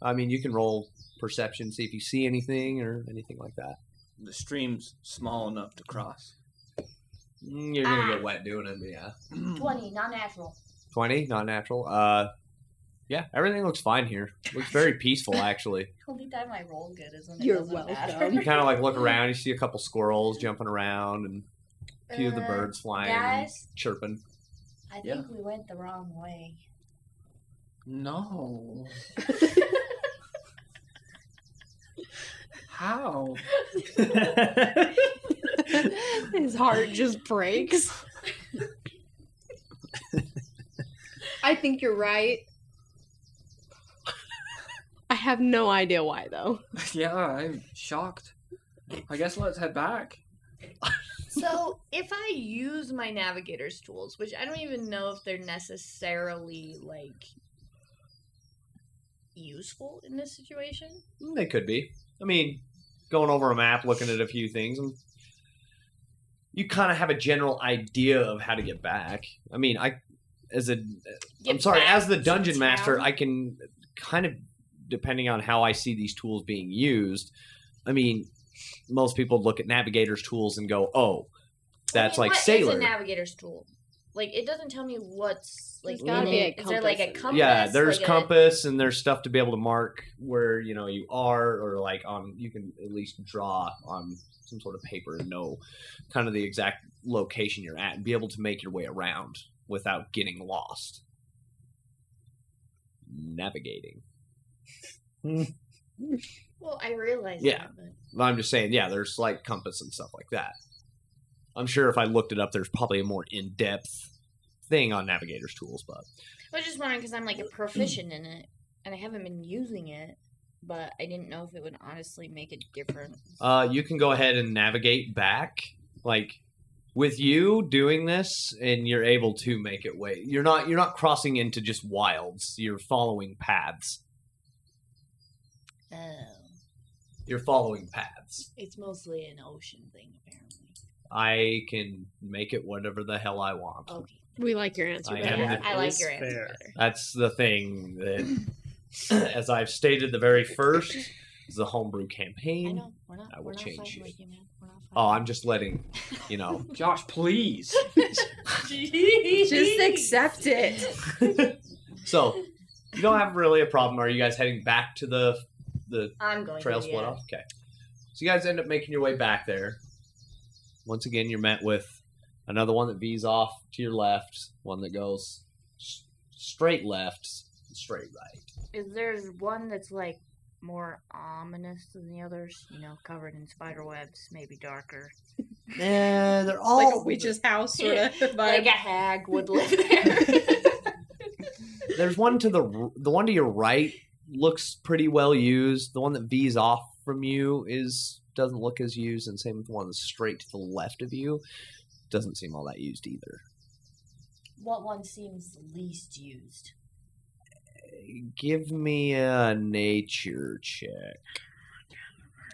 [SPEAKER 1] I mean, you can roll perception, see if you see anything or anything like that.
[SPEAKER 5] The stream's small enough to cross.
[SPEAKER 1] Mm, You're
[SPEAKER 4] Ah.
[SPEAKER 1] gonna get wet doing it, but yeah.
[SPEAKER 3] Hmm.
[SPEAKER 4] Twenty, not natural.
[SPEAKER 1] Twenty, not natural. Uh, yeah, everything looks fine here. Looks very peaceful, actually.
[SPEAKER 4] Only time I roll good is when it
[SPEAKER 6] You're
[SPEAKER 4] doesn't matter.
[SPEAKER 6] welcome.
[SPEAKER 1] You kind of like look around. You see a couple squirrels jumping around and a few of the
[SPEAKER 4] Uh,
[SPEAKER 1] birds flying, and
[SPEAKER 4] guys?
[SPEAKER 1] chirping.
[SPEAKER 4] I think
[SPEAKER 5] Yeah.
[SPEAKER 4] we went the wrong way.
[SPEAKER 5] No. How?
[SPEAKER 3] His heart just breaks.
[SPEAKER 6] I think you're right.
[SPEAKER 3] I have no idea why though.
[SPEAKER 5] yeah, I'm shocked. I guess let's head back.
[SPEAKER 4] So if I use my navigator's tools, which I don't even know if they're necessarily like useful in this situation.
[SPEAKER 1] Mm, They could be. I mean, going over a map, looking at a few things, and you kind of have a general idea of how to get back. I mean, I as a am
[SPEAKER 4] Get
[SPEAKER 1] sorry,
[SPEAKER 4] back
[SPEAKER 1] as the
[SPEAKER 4] to
[SPEAKER 1] dungeon master,
[SPEAKER 4] town.
[SPEAKER 1] I can kind of depending on how I see these tools being used. I mean, most people look at navigator's tools and go, "Oh, that's
[SPEAKER 4] I mean,
[SPEAKER 1] like
[SPEAKER 4] what is
[SPEAKER 1] sailor."
[SPEAKER 4] a navigator's tool? Like it doesn't tell me what's like.
[SPEAKER 6] There's gotta
[SPEAKER 4] in
[SPEAKER 6] be
[SPEAKER 4] it.
[SPEAKER 6] a
[SPEAKER 4] Is there like a
[SPEAKER 6] compass in
[SPEAKER 4] compass?
[SPEAKER 1] yeah, there's
[SPEAKER 4] like a-
[SPEAKER 1] compass and there's stuff to be able to mark where you know you are, or like on you can at least draw on some sort of paper and know kind of the exact location you're at and be able to make your way around without getting lost. Navigating.
[SPEAKER 4] well, I realize.
[SPEAKER 1] Yeah.
[SPEAKER 4] that, but-
[SPEAKER 1] But I'm just saying, yeah, there's like compass and stuff like that. I'm sure if I looked it up, there's probably a more in depth thing on navigators tools, but
[SPEAKER 4] I was just wondering because I'm like a proficient in it, and I haven't been using it, but I didn't know if it would honestly make a difference.
[SPEAKER 1] Uh, you can go ahead and navigate back. Like with you doing this, and you're able to make it way. You're not you're not crossing into just wilds. You're following paths.
[SPEAKER 4] oh,
[SPEAKER 1] You're following paths.
[SPEAKER 4] it's mostly an ocean thing, apparently.
[SPEAKER 1] I can make it whatever the hell I want.
[SPEAKER 4] Okay,
[SPEAKER 3] We like your answer.
[SPEAKER 1] I
[SPEAKER 3] better.
[SPEAKER 1] am-
[SPEAKER 4] yeah,
[SPEAKER 1] it
[SPEAKER 4] I like
[SPEAKER 2] is
[SPEAKER 4] your answer
[SPEAKER 2] fair.
[SPEAKER 4] better.
[SPEAKER 1] That's the thing that, as I've stated, the very first is the homebrew campaign.
[SPEAKER 4] I know we're not.
[SPEAKER 1] Mm. I
[SPEAKER 4] we're
[SPEAKER 1] will
[SPEAKER 4] not
[SPEAKER 1] change
[SPEAKER 4] fighting
[SPEAKER 1] you.
[SPEAKER 4] with you, man. We're not
[SPEAKER 1] Oh,
[SPEAKER 4] fighting.
[SPEAKER 1] I'm just letting you know.
[SPEAKER 5] Josh, please.
[SPEAKER 6] Just accept it.
[SPEAKER 1] so you don't have really a problem. Are you guys heading back to the the
[SPEAKER 4] I'm going.
[SPEAKER 1] trail
[SPEAKER 4] to,
[SPEAKER 1] split
[SPEAKER 4] Oh, yeah.
[SPEAKER 1] off. Okay. So you guys end up making your way back there. Once again, you're met with another one that V's off to your left, one that goes s- straight left, straight right.
[SPEAKER 4] Is there's one that's like more ominous than the others? You know, covered in spider webs, maybe darker.
[SPEAKER 1] Yeah, Eh, they're all
[SPEAKER 6] Like a witch's house sort of
[SPEAKER 4] Like a
[SPEAKER 6] vibe.
[SPEAKER 4] hag would live there.
[SPEAKER 1] There's one to the r- the one to your right looks pretty well used. The one that V's off from you is doesn't look as used, and same with the one that's straight to the left of you doesn't seem all that used either.
[SPEAKER 4] what one seems least used?
[SPEAKER 1] Give me a nature check.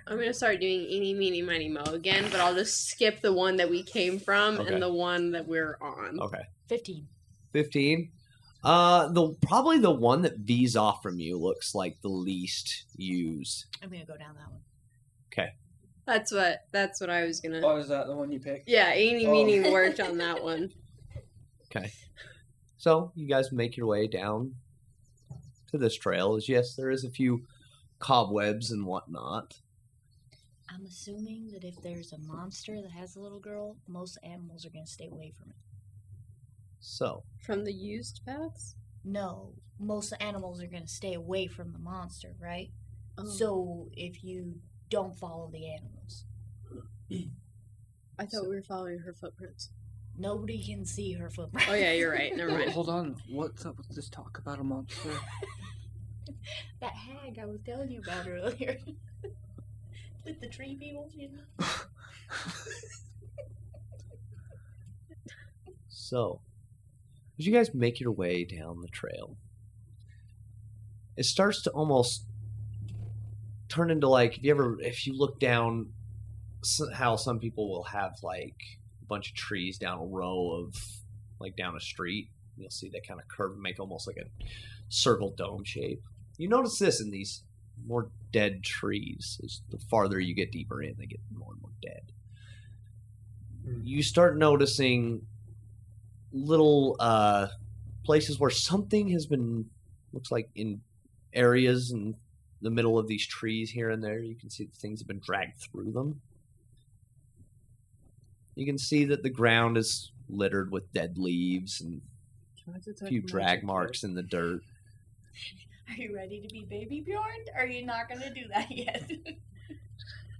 [SPEAKER 3] I'm gonna start doing eeny meeny miny mo again, but I'll just skip the one that we came from
[SPEAKER 1] Okay.
[SPEAKER 3] and the one that we're on.
[SPEAKER 1] Okay.
[SPEAKER 4] Fifteen.
[SPEAKER 1] 15 uh the probably the one that v's off from you looks like the least used
[SPEAKER 4] I'm gonna go down that one.
[SPEAKER 3] That's what that's what I was gonna
[SPEAKER 5] Oh, is that the one you picked?
[SPEAKER 3] Yeah, eeny
[SPEAKER 5] Oh.
[SPEAKER 3] meeny worked on that one.
[SPEAKER 1] so you guys make your way down to this trail is yes there is a few cobwebs and whatnot
[SPEAKER 4] I'm assuming that if there's a monster that has a little girl, most animals are gonna stay away from it.
[SPEAKER 1] so
[SPEAKER 3] From the used paths?
[SPEAKER 4] No, most animals are gonna stay away from the monster, right?
[SPEAKER 3] Oh,
[SPEAKER 4] So if you don't follow the animals,
[SPEAKER 3] I thought we were following her footprints.
[SPEAKER 4] nobody can see her footprint.
[SPEAKER 3] Oh yeah, you're right. Never mind.
[SPEAKER 5] Hold on. What's up with this talk about a monster?
[SPEAKER 4] That hag I was telling you about earlier. With the tree people, you know?
[SPEAKER 1] So, as you guys make your way down the trail, it starts to almost turn into like if you ever if you look down s- how some people will have like a bunch of trees down a row of like down a street, you'll see they kind of curve and make almost like a circle dome shape. You notice this in these more dead trees. As the farther you get deeper in, they get more and more dead.
[SPEAKER 2] Hmm.
[SPEAKER 1] You start noticing little uh, places where something has been looks like in areas in the middle of these trees here and there. You can see that things have been dragged through them. You can see that the ground is littered with dead leaves and
[SPEAKER 2] Can I detect
[SPEAKER 1] a few drag
[SPEAKER 2] magic,
[SPEAKER 1] marks in the dirt.
[SPEAKER 4] Are you ready to be baby Bjorn? Are you not going to do that yet?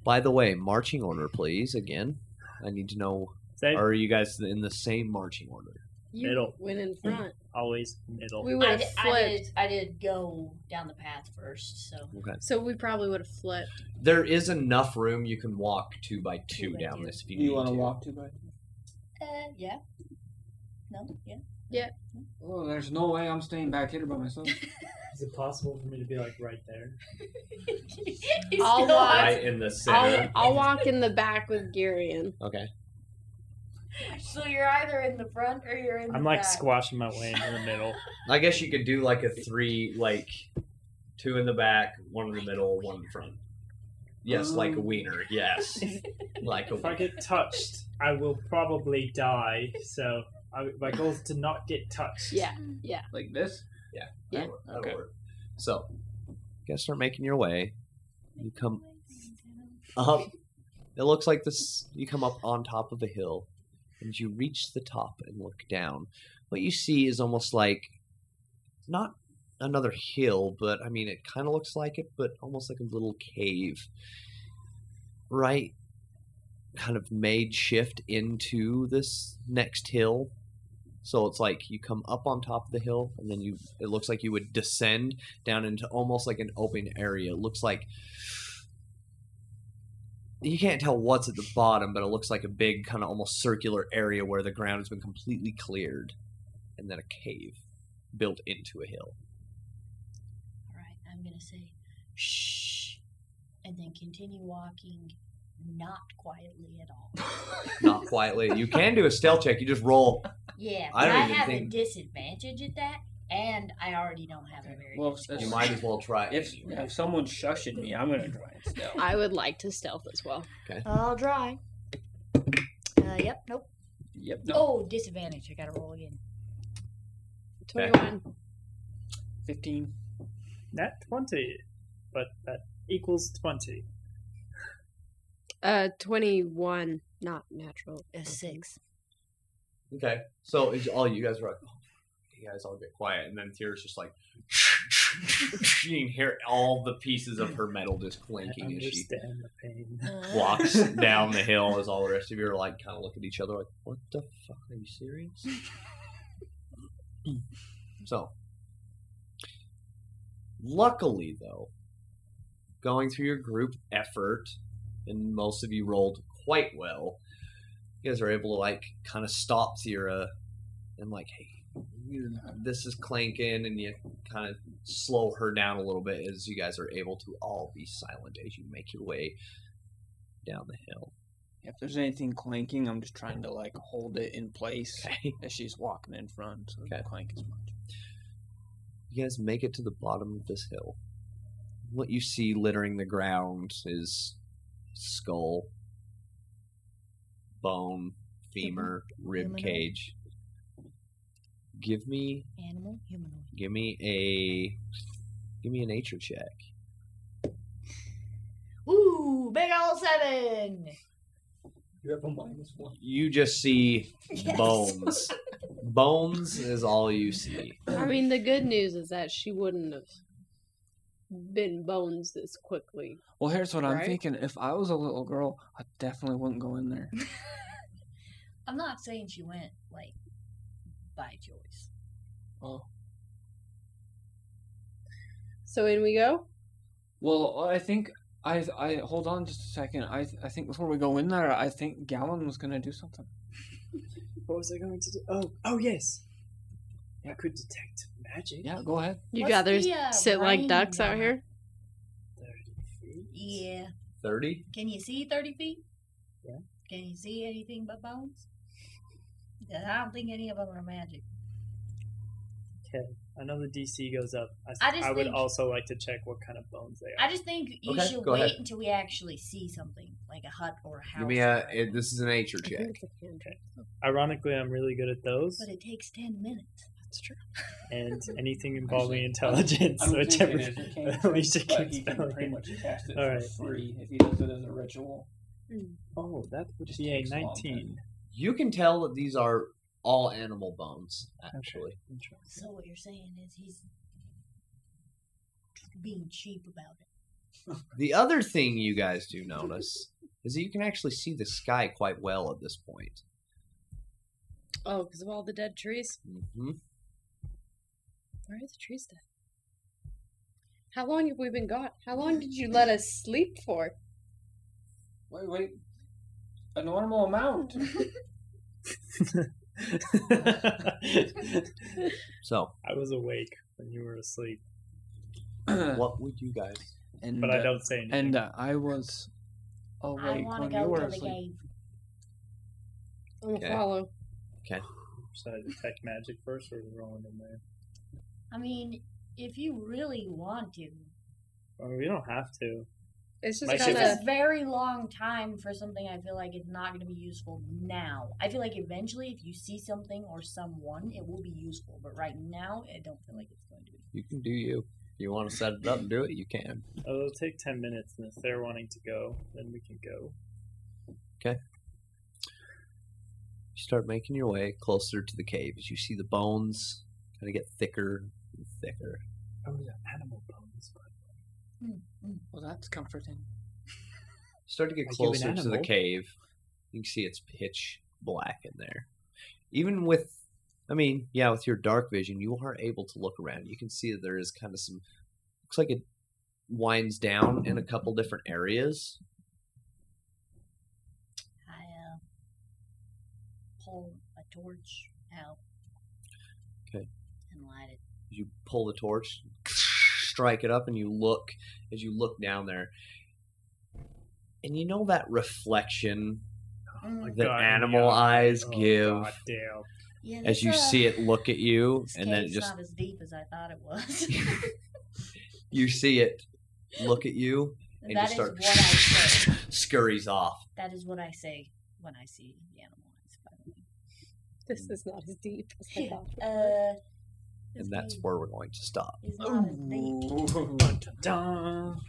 [SPEAKER 1] By the way, marching order, please. Again, I need to know:
[SPEAKER 2] though? Is that
[SPEAKER 1] Are you guys in the same marching order?
[SPEAKER 6] You
[SPEAKER 2] Middle.
[SPEAKER 6] went in front.
[SPEAKER 2] always middle?
[SPEAKER 3] We would
[SPEAKER 4] I,
[SPEAKER 3] have
[SPEAKER 4] d-
[SPEAKER 3] flipped.
[SPEAKER 4] I did. I did go down the path first, so
[SPEAKER 1] Okay.
[SPEAKER 3] So we probably would have flipped.
[SPEAKER 1] There is enough room you can walk two by two
[SPEAKER 4] Two by
[SPEAKER 1] down
[SPEAKER 4] two.
[SPEAKER 1] this if you,
[SPEAKER 5] You
[SPEAKER 1] want to
[SPEAKER 5] walk to by?
[SPEAKER 4] uh, yeah. No, yeah.
[SPEAKER 5] Oh, there's no way I'm staying back here by myself.
[SPEAKER 2] Is it possible for me to be like right there?
[SPEAKER 4] He's
[SPEAKER 3] I'll
[SPEAKER 4] still
[SPEAKER 3] walk.
[SPEAKER 4] alive.
[SPEAKER 1] Right in the center.
[SPEAKER 3] I'll, I'll walk in the back with Garion.
[SPEAKER 1] Okay.
[SPEAKER 4] So you're either in the front or you're in.
[SPEAKER 2] I'm
[SPEAKER 4] the
[SPEAKER 2] like
[SPEAKER 4] back.
[SPEAKER 2] squashing my way into the middle.
[SPEAKER 1] I guess you could do like a three, like two in the back, one in the middle, one in front. Yes, like a
[SPEAKER 5] Um.
[SPEAKER 1] wiener. Yes, like a
[SPEAKER 2] If I
[SPEAKER 1] wiener.
[SPEAKER 2] get touched, I will probably die. So I, my goal is to not get touched.
[SPEAKER 3] Yeah.
[SPEAKER 4] Mm.
[SPEAKER 5] like this?
[SPEAKER 3] Yeah.
[SPEAKER 1] That'll work, that'll
[SPEAKER 5] Okay.
[SPEAKER 1] work. So, you guys start making your way. You come up. Um, It looks like this. You come up on top of a hill, and you reach the top and look down. What you see is almost like not another hill, but I mean, it kind of looks like it, but almost like a little cave. Right, kind of made shift into this next hill. So it's like you come up on top of the hill, and then you. It looks like you would descend down into almost like an open area. It looks like you can't tell what's at the bottom, but it looks like a big kind of almost circular area where the ground has been completely cleared, and then a cave built into a hill.
[SPEAKER 4] All right, I'm gonna say shh, and then continue walking, not quietly at all.
[SPEAKER 1] Not quietly. You can do a stealth check. You just roll.
[SPEAKER 4] Yeah,
[SPEAKER 1] I
[SPEAKER 4] but
[SPEAKER 1] don't
[SPEAKER 4] I,
[SPEAKER 1] even
[SPEAKER 4] have
[SPEAKER 1] think-
[SPEAKER 4] a disadvantage at that, and I already don't have a very.
[SPEAKER 5] Well,
[SPEAKER 4] good
[SPEAKER 5] that's-
[SPEAKER 1] You
[SPEAKER 4] score.
[SPEAKER 1] might as well try it.
[SPEAKER 5] If if someone shushing me, I'm gonna try it still.
[SPEAKER 3] I would like to stealth as well.
[SPEAKER 4] I'll try. Uh, yep, nope.
[SPEAKER 5] Yep. No.
[SPEAKER 4] Oh, disadvantage. I gotta roll again.
[SPEAKER 3] 21.
[SPEAKER 5] Fifteen.
[SPEAKER 2] Net twenty, but that equals twenty.
[SPEAKER 3] Uh, 21. Not natural.
[SPEAKER 4] A six.
[SPEAKER 1] Okay. So it's all you guys are like, "Oh, you guys all get quiet, and then Tira's just like, you can hear all the pieces of her metal just
[SPEAKER 2] I
[SPEAKER 1] clanking as she
[SPEAKER 2] understand the pain.
[SPEAKER 4] Uh,
[SPEAKER 1] walks down the hill as all the rest of you are like kind of look at each other like, what the fuck? Are you serious? so, luckily though, going through your group effort, and most of you rolled quite well, you guys are able to like kind of stop Zira and like, hey, you- this is clanking, and you kind of slow her down a little bit as you guys are able to all be silent as you make your way down the hill.
[SPEAKER 5] If there's anything clanking, I'm just trying to like hold it in place
[SPEAKER 1] Okay.
[SPEAKER 5] as she's walking in front, so it
[SPEAKER 1] Okay.
[SPEAKER 5] don't clank as much.
[SPEAKER 1] You guys make it to the bottom of this hill. What you see littering the ground is skull, bone, femur, rib
[SPEAKER 4] Humanoid.
[SPEAKER 1] cage. Give me
[SPEAKER 4] Animal, humanoid.
[SPEAKER 1] give me a give me a nature check.
[SPEAKER 4] Ooh, big old seven.
[SPEAKER 5] You have a minus one.
[SPEAKER 1] You just see
[SPEAKER 4] Yes.
[SPEAKER 1] bones. bones is all you see.
[SPEAKER 3] I mean, the good news is that she wouldn't have been bones this quickly.
[SPEAKER 5] Well, here's what I'm
[SPEAKER 3] Right?
[SPEAKER 5] thinking. If I was a little girl, I definitely wouldn't go in there.
[SPEAKER 4] I'm not saying she went like by choice.
[SPEAKER 5] Oh.
[SPEAKER 3] So in we go.
[SPEAKER 5] Well, I think I I hold on just a second. I I think before we go in there, I think Gallon was gonna do something.
[SPEAKER 2] What was I going to do? Oh, oh yes. I could detect magic.
[SPEAKER 5] Yeah, go ahead.
[SPEAKER 3] You
[SPEAKER 4] What's
[SPEAKER 3] rather
[SPEAKER 4] the, uh,
[SPEAKER 3] sit like
[SPEAKER 4] range
[SPEAKER 3] ducks out
[SPEAKER 4] on
[SPEAKER 3] here?
[SPEAKER 2] Thirty feet.
[SPEAKER 4] Yeah.
[SPEAKER 1] Thirty?
[SPEAKER 4] Can you see 30 feet?
[SPEAKER 2] Yeah.
[SPEAKER 4] Can you see anything but bones? 'Cause I don't think any of them are magic.
[SPEAKER 2] Okay. I know the DC goes up. I, s-
[SPEAKER 4] I just
[SPEAKER 2] I would
[SPEAKER 4] think-
[SPEAKER 2] also like to check what kind of bones they
[SPEAKER 4] I
[SPEAKER 2] are.
[SPEAKER 4] just think you
[SPEAKER 1] Okay,
[SPEAKER 4] should
[SPEAKER 1] go
[SPEAKER 4] wait
[SPEAKER 1] ahead.
[SPEAKER 4] until we actually see something like a hut or a house.
[SPEAKER 1] Give me a.
[SPEAKER 4] or-
[SPEAKER 1] It, this is a nature
[SPEAKER 6] I
[SPEAKER 1] check.
[SPEAKER 6] think it's a cantrip.
[SPEAKER 2] Ironically, I'm really good at those
[SPEAKER 4] but it takes ten minutes.
[SPEAKER 3] That's true.
[SPEAKER 2] and anything involving intelligence, whichever. at least it
[SPEAKER 7] but
[SPEAKER 2] can
[SPEAKER 7] he
[SPEAKER 2] spell
[SPEAKER 7] can pretty
[SPEAKER 2] it.
[SPEAKER 7] much cast it
[SPEAKER 2] All
[SPEAKER 7] for
[SPEAKER 2] right.
[SPEAKER 7] free if he does it as a ritual.
[SPEAKER 3] Hmm.
[SPEAKER 2] Oh, that would
[SPEAKER 7] Just
[SPEAKER 2] be a
[SPEAKER 7] takes long,
[SPEAKER 2] 19.
[SPEAKER 1] You can tell that these are all animal bones, actually.
[SPEAKER 2] Interesting.
[SPEAKER 4] So what you're saying is he's being cheap about it.
[SPEAKER 1] The other thing you guys do notice is that you can actually see the sky quite well at this point.
[SPEAKER 8] Oh, because of all the dead trees.
[SPEAKER 1] hmm
[SPEAKER 8] Where are the trees dead? How long have we been gone?
[SPEAKER 3] How long did you
[SPEAKER 4] Mm.
[SPEAKER 3] let us sleep for?
[SPEAKER 7] Wait, wait. A normal amount.
[SPEAKER 1] So,
[SPEAKER 2] I was awake when you were asleep,
[SPEAKER 5] and
[SPEAKER 1] what would you guys?
[SPEAKER 2] but
[SPEAKER 5] uh,
[SPEAKER 2] I don't say anything.
[SPEAKER 5] And uh, I was
[SPEAKER 4] I
[SPEAKER 5] awake
[SPEAKER 4] want to
[SPEAKER 5] when you
[SPEAKER 4] go
[SPEAKER 5] were
[SPEAKER 4] to the
[SPEAKER 5] asleep.
[SPEAKER 4] cave.
[SPEAKER 3] I'm gonna
[SPEAKER 1] Okay.
[SPEAKER 3] follow.
[SPEAKER 2] Should I detect magic first or rolling in there?
[SPEAKER 4] I mean, if you really want to,
[SPEAKER 2] Or we don't have to.
[SPEAKER 8] It's just
[SPEAKER 2] My
[SPEAKER 8] kind
[SPEAKER 4] it's
[SPEAKER 2] ship
[SPEAKER 8] of.
[SPEAKER 4] a very long time for something. I feel like it's not going to be useful now. I feel like eventually, if you see something or someone, it will be useful. But right now, I don't feel like it's going to be.
[SPEAKER 1] You can do you. You want to set it up and do it? You can.
[SPEAKER 2] Oh, it'll take 10 minutes, and if they're wanting to go, then we can go.
[SPEAKER 1] You start making your way closer to the cave as you see the bones kind of get thicker and thicker.
[SPEAKER 2] Oh, yeah, animal bones.
[SPEAKER 5] Well, that's comforting.
[SPEAKER 1] start to get
[SPEAKER 2] Like you an
[SPEAKER 1] closer to the
[SPEAKER 2] animal.
[SPEAKER 1] cave. You can see it's pitch black in there. Even with, I mean, yeah, with your dark vision, you are able to look around. You can see that there is kind of some. Looks like it winds down in a couple different areas.
[SPEAKER 4] I uh, pull a torch out.
[SPEAKER 1] Okay.
[SPEAKER 4] And light it.
[SPEAKER 1] you pull the torch, strike it up, and you look as you look down there. And you know that reflection Oh,
[SPEAKER 4] Mm.
[SPEAKER 1] that
[SPEAKER 2] God,
[SPEAKER 1] animal
[SPEAKER 2] yeah.
[SPEAKER 1] eyes
[SPEAKER 2] Oh,
[SPEAKER 1] give
[SPEAKER 2] God damn.
[SPEAKER 4] Yeah,
[SPEAKER 1] as
[SPEAKER 4] this,
[SPEAKER 1] you
[SPEAKER 4] uh,
[SPEAKER 1] see it look at you,
[SPEAKER 4] this
[SPEAKER 1] and then it
[SPEAKER 4] cave's
[SPEAKER 1] just
[SPEAKER 4] not as deep as I thought it was.
[SPEAKER 1] you see it look at you, and
[SPEAKER 4] that
[SPEAKER 1] you
[SPEAKER 4] is
[SPEAKER 1] start
[SPEAKER 4] what I say.
[SPEAKER 1] scurries off.
[SPEAKER 4] That is what I say when I see the animal eyes. By the way.
[SPEAKER 6] This is not as deep as I
[SPEAKER 4] Yeah.
[SPEAKER 6] thought.
[SPEAKER 4] Uh, this
[SPEAKER 1] And that's Oh,
[SPEAKER 4] cave
[SPEAKER 1] where we're going to stop.
[SPEAKER 4] is not as deep.
[SPEAKER 2] Dun, dun, dun.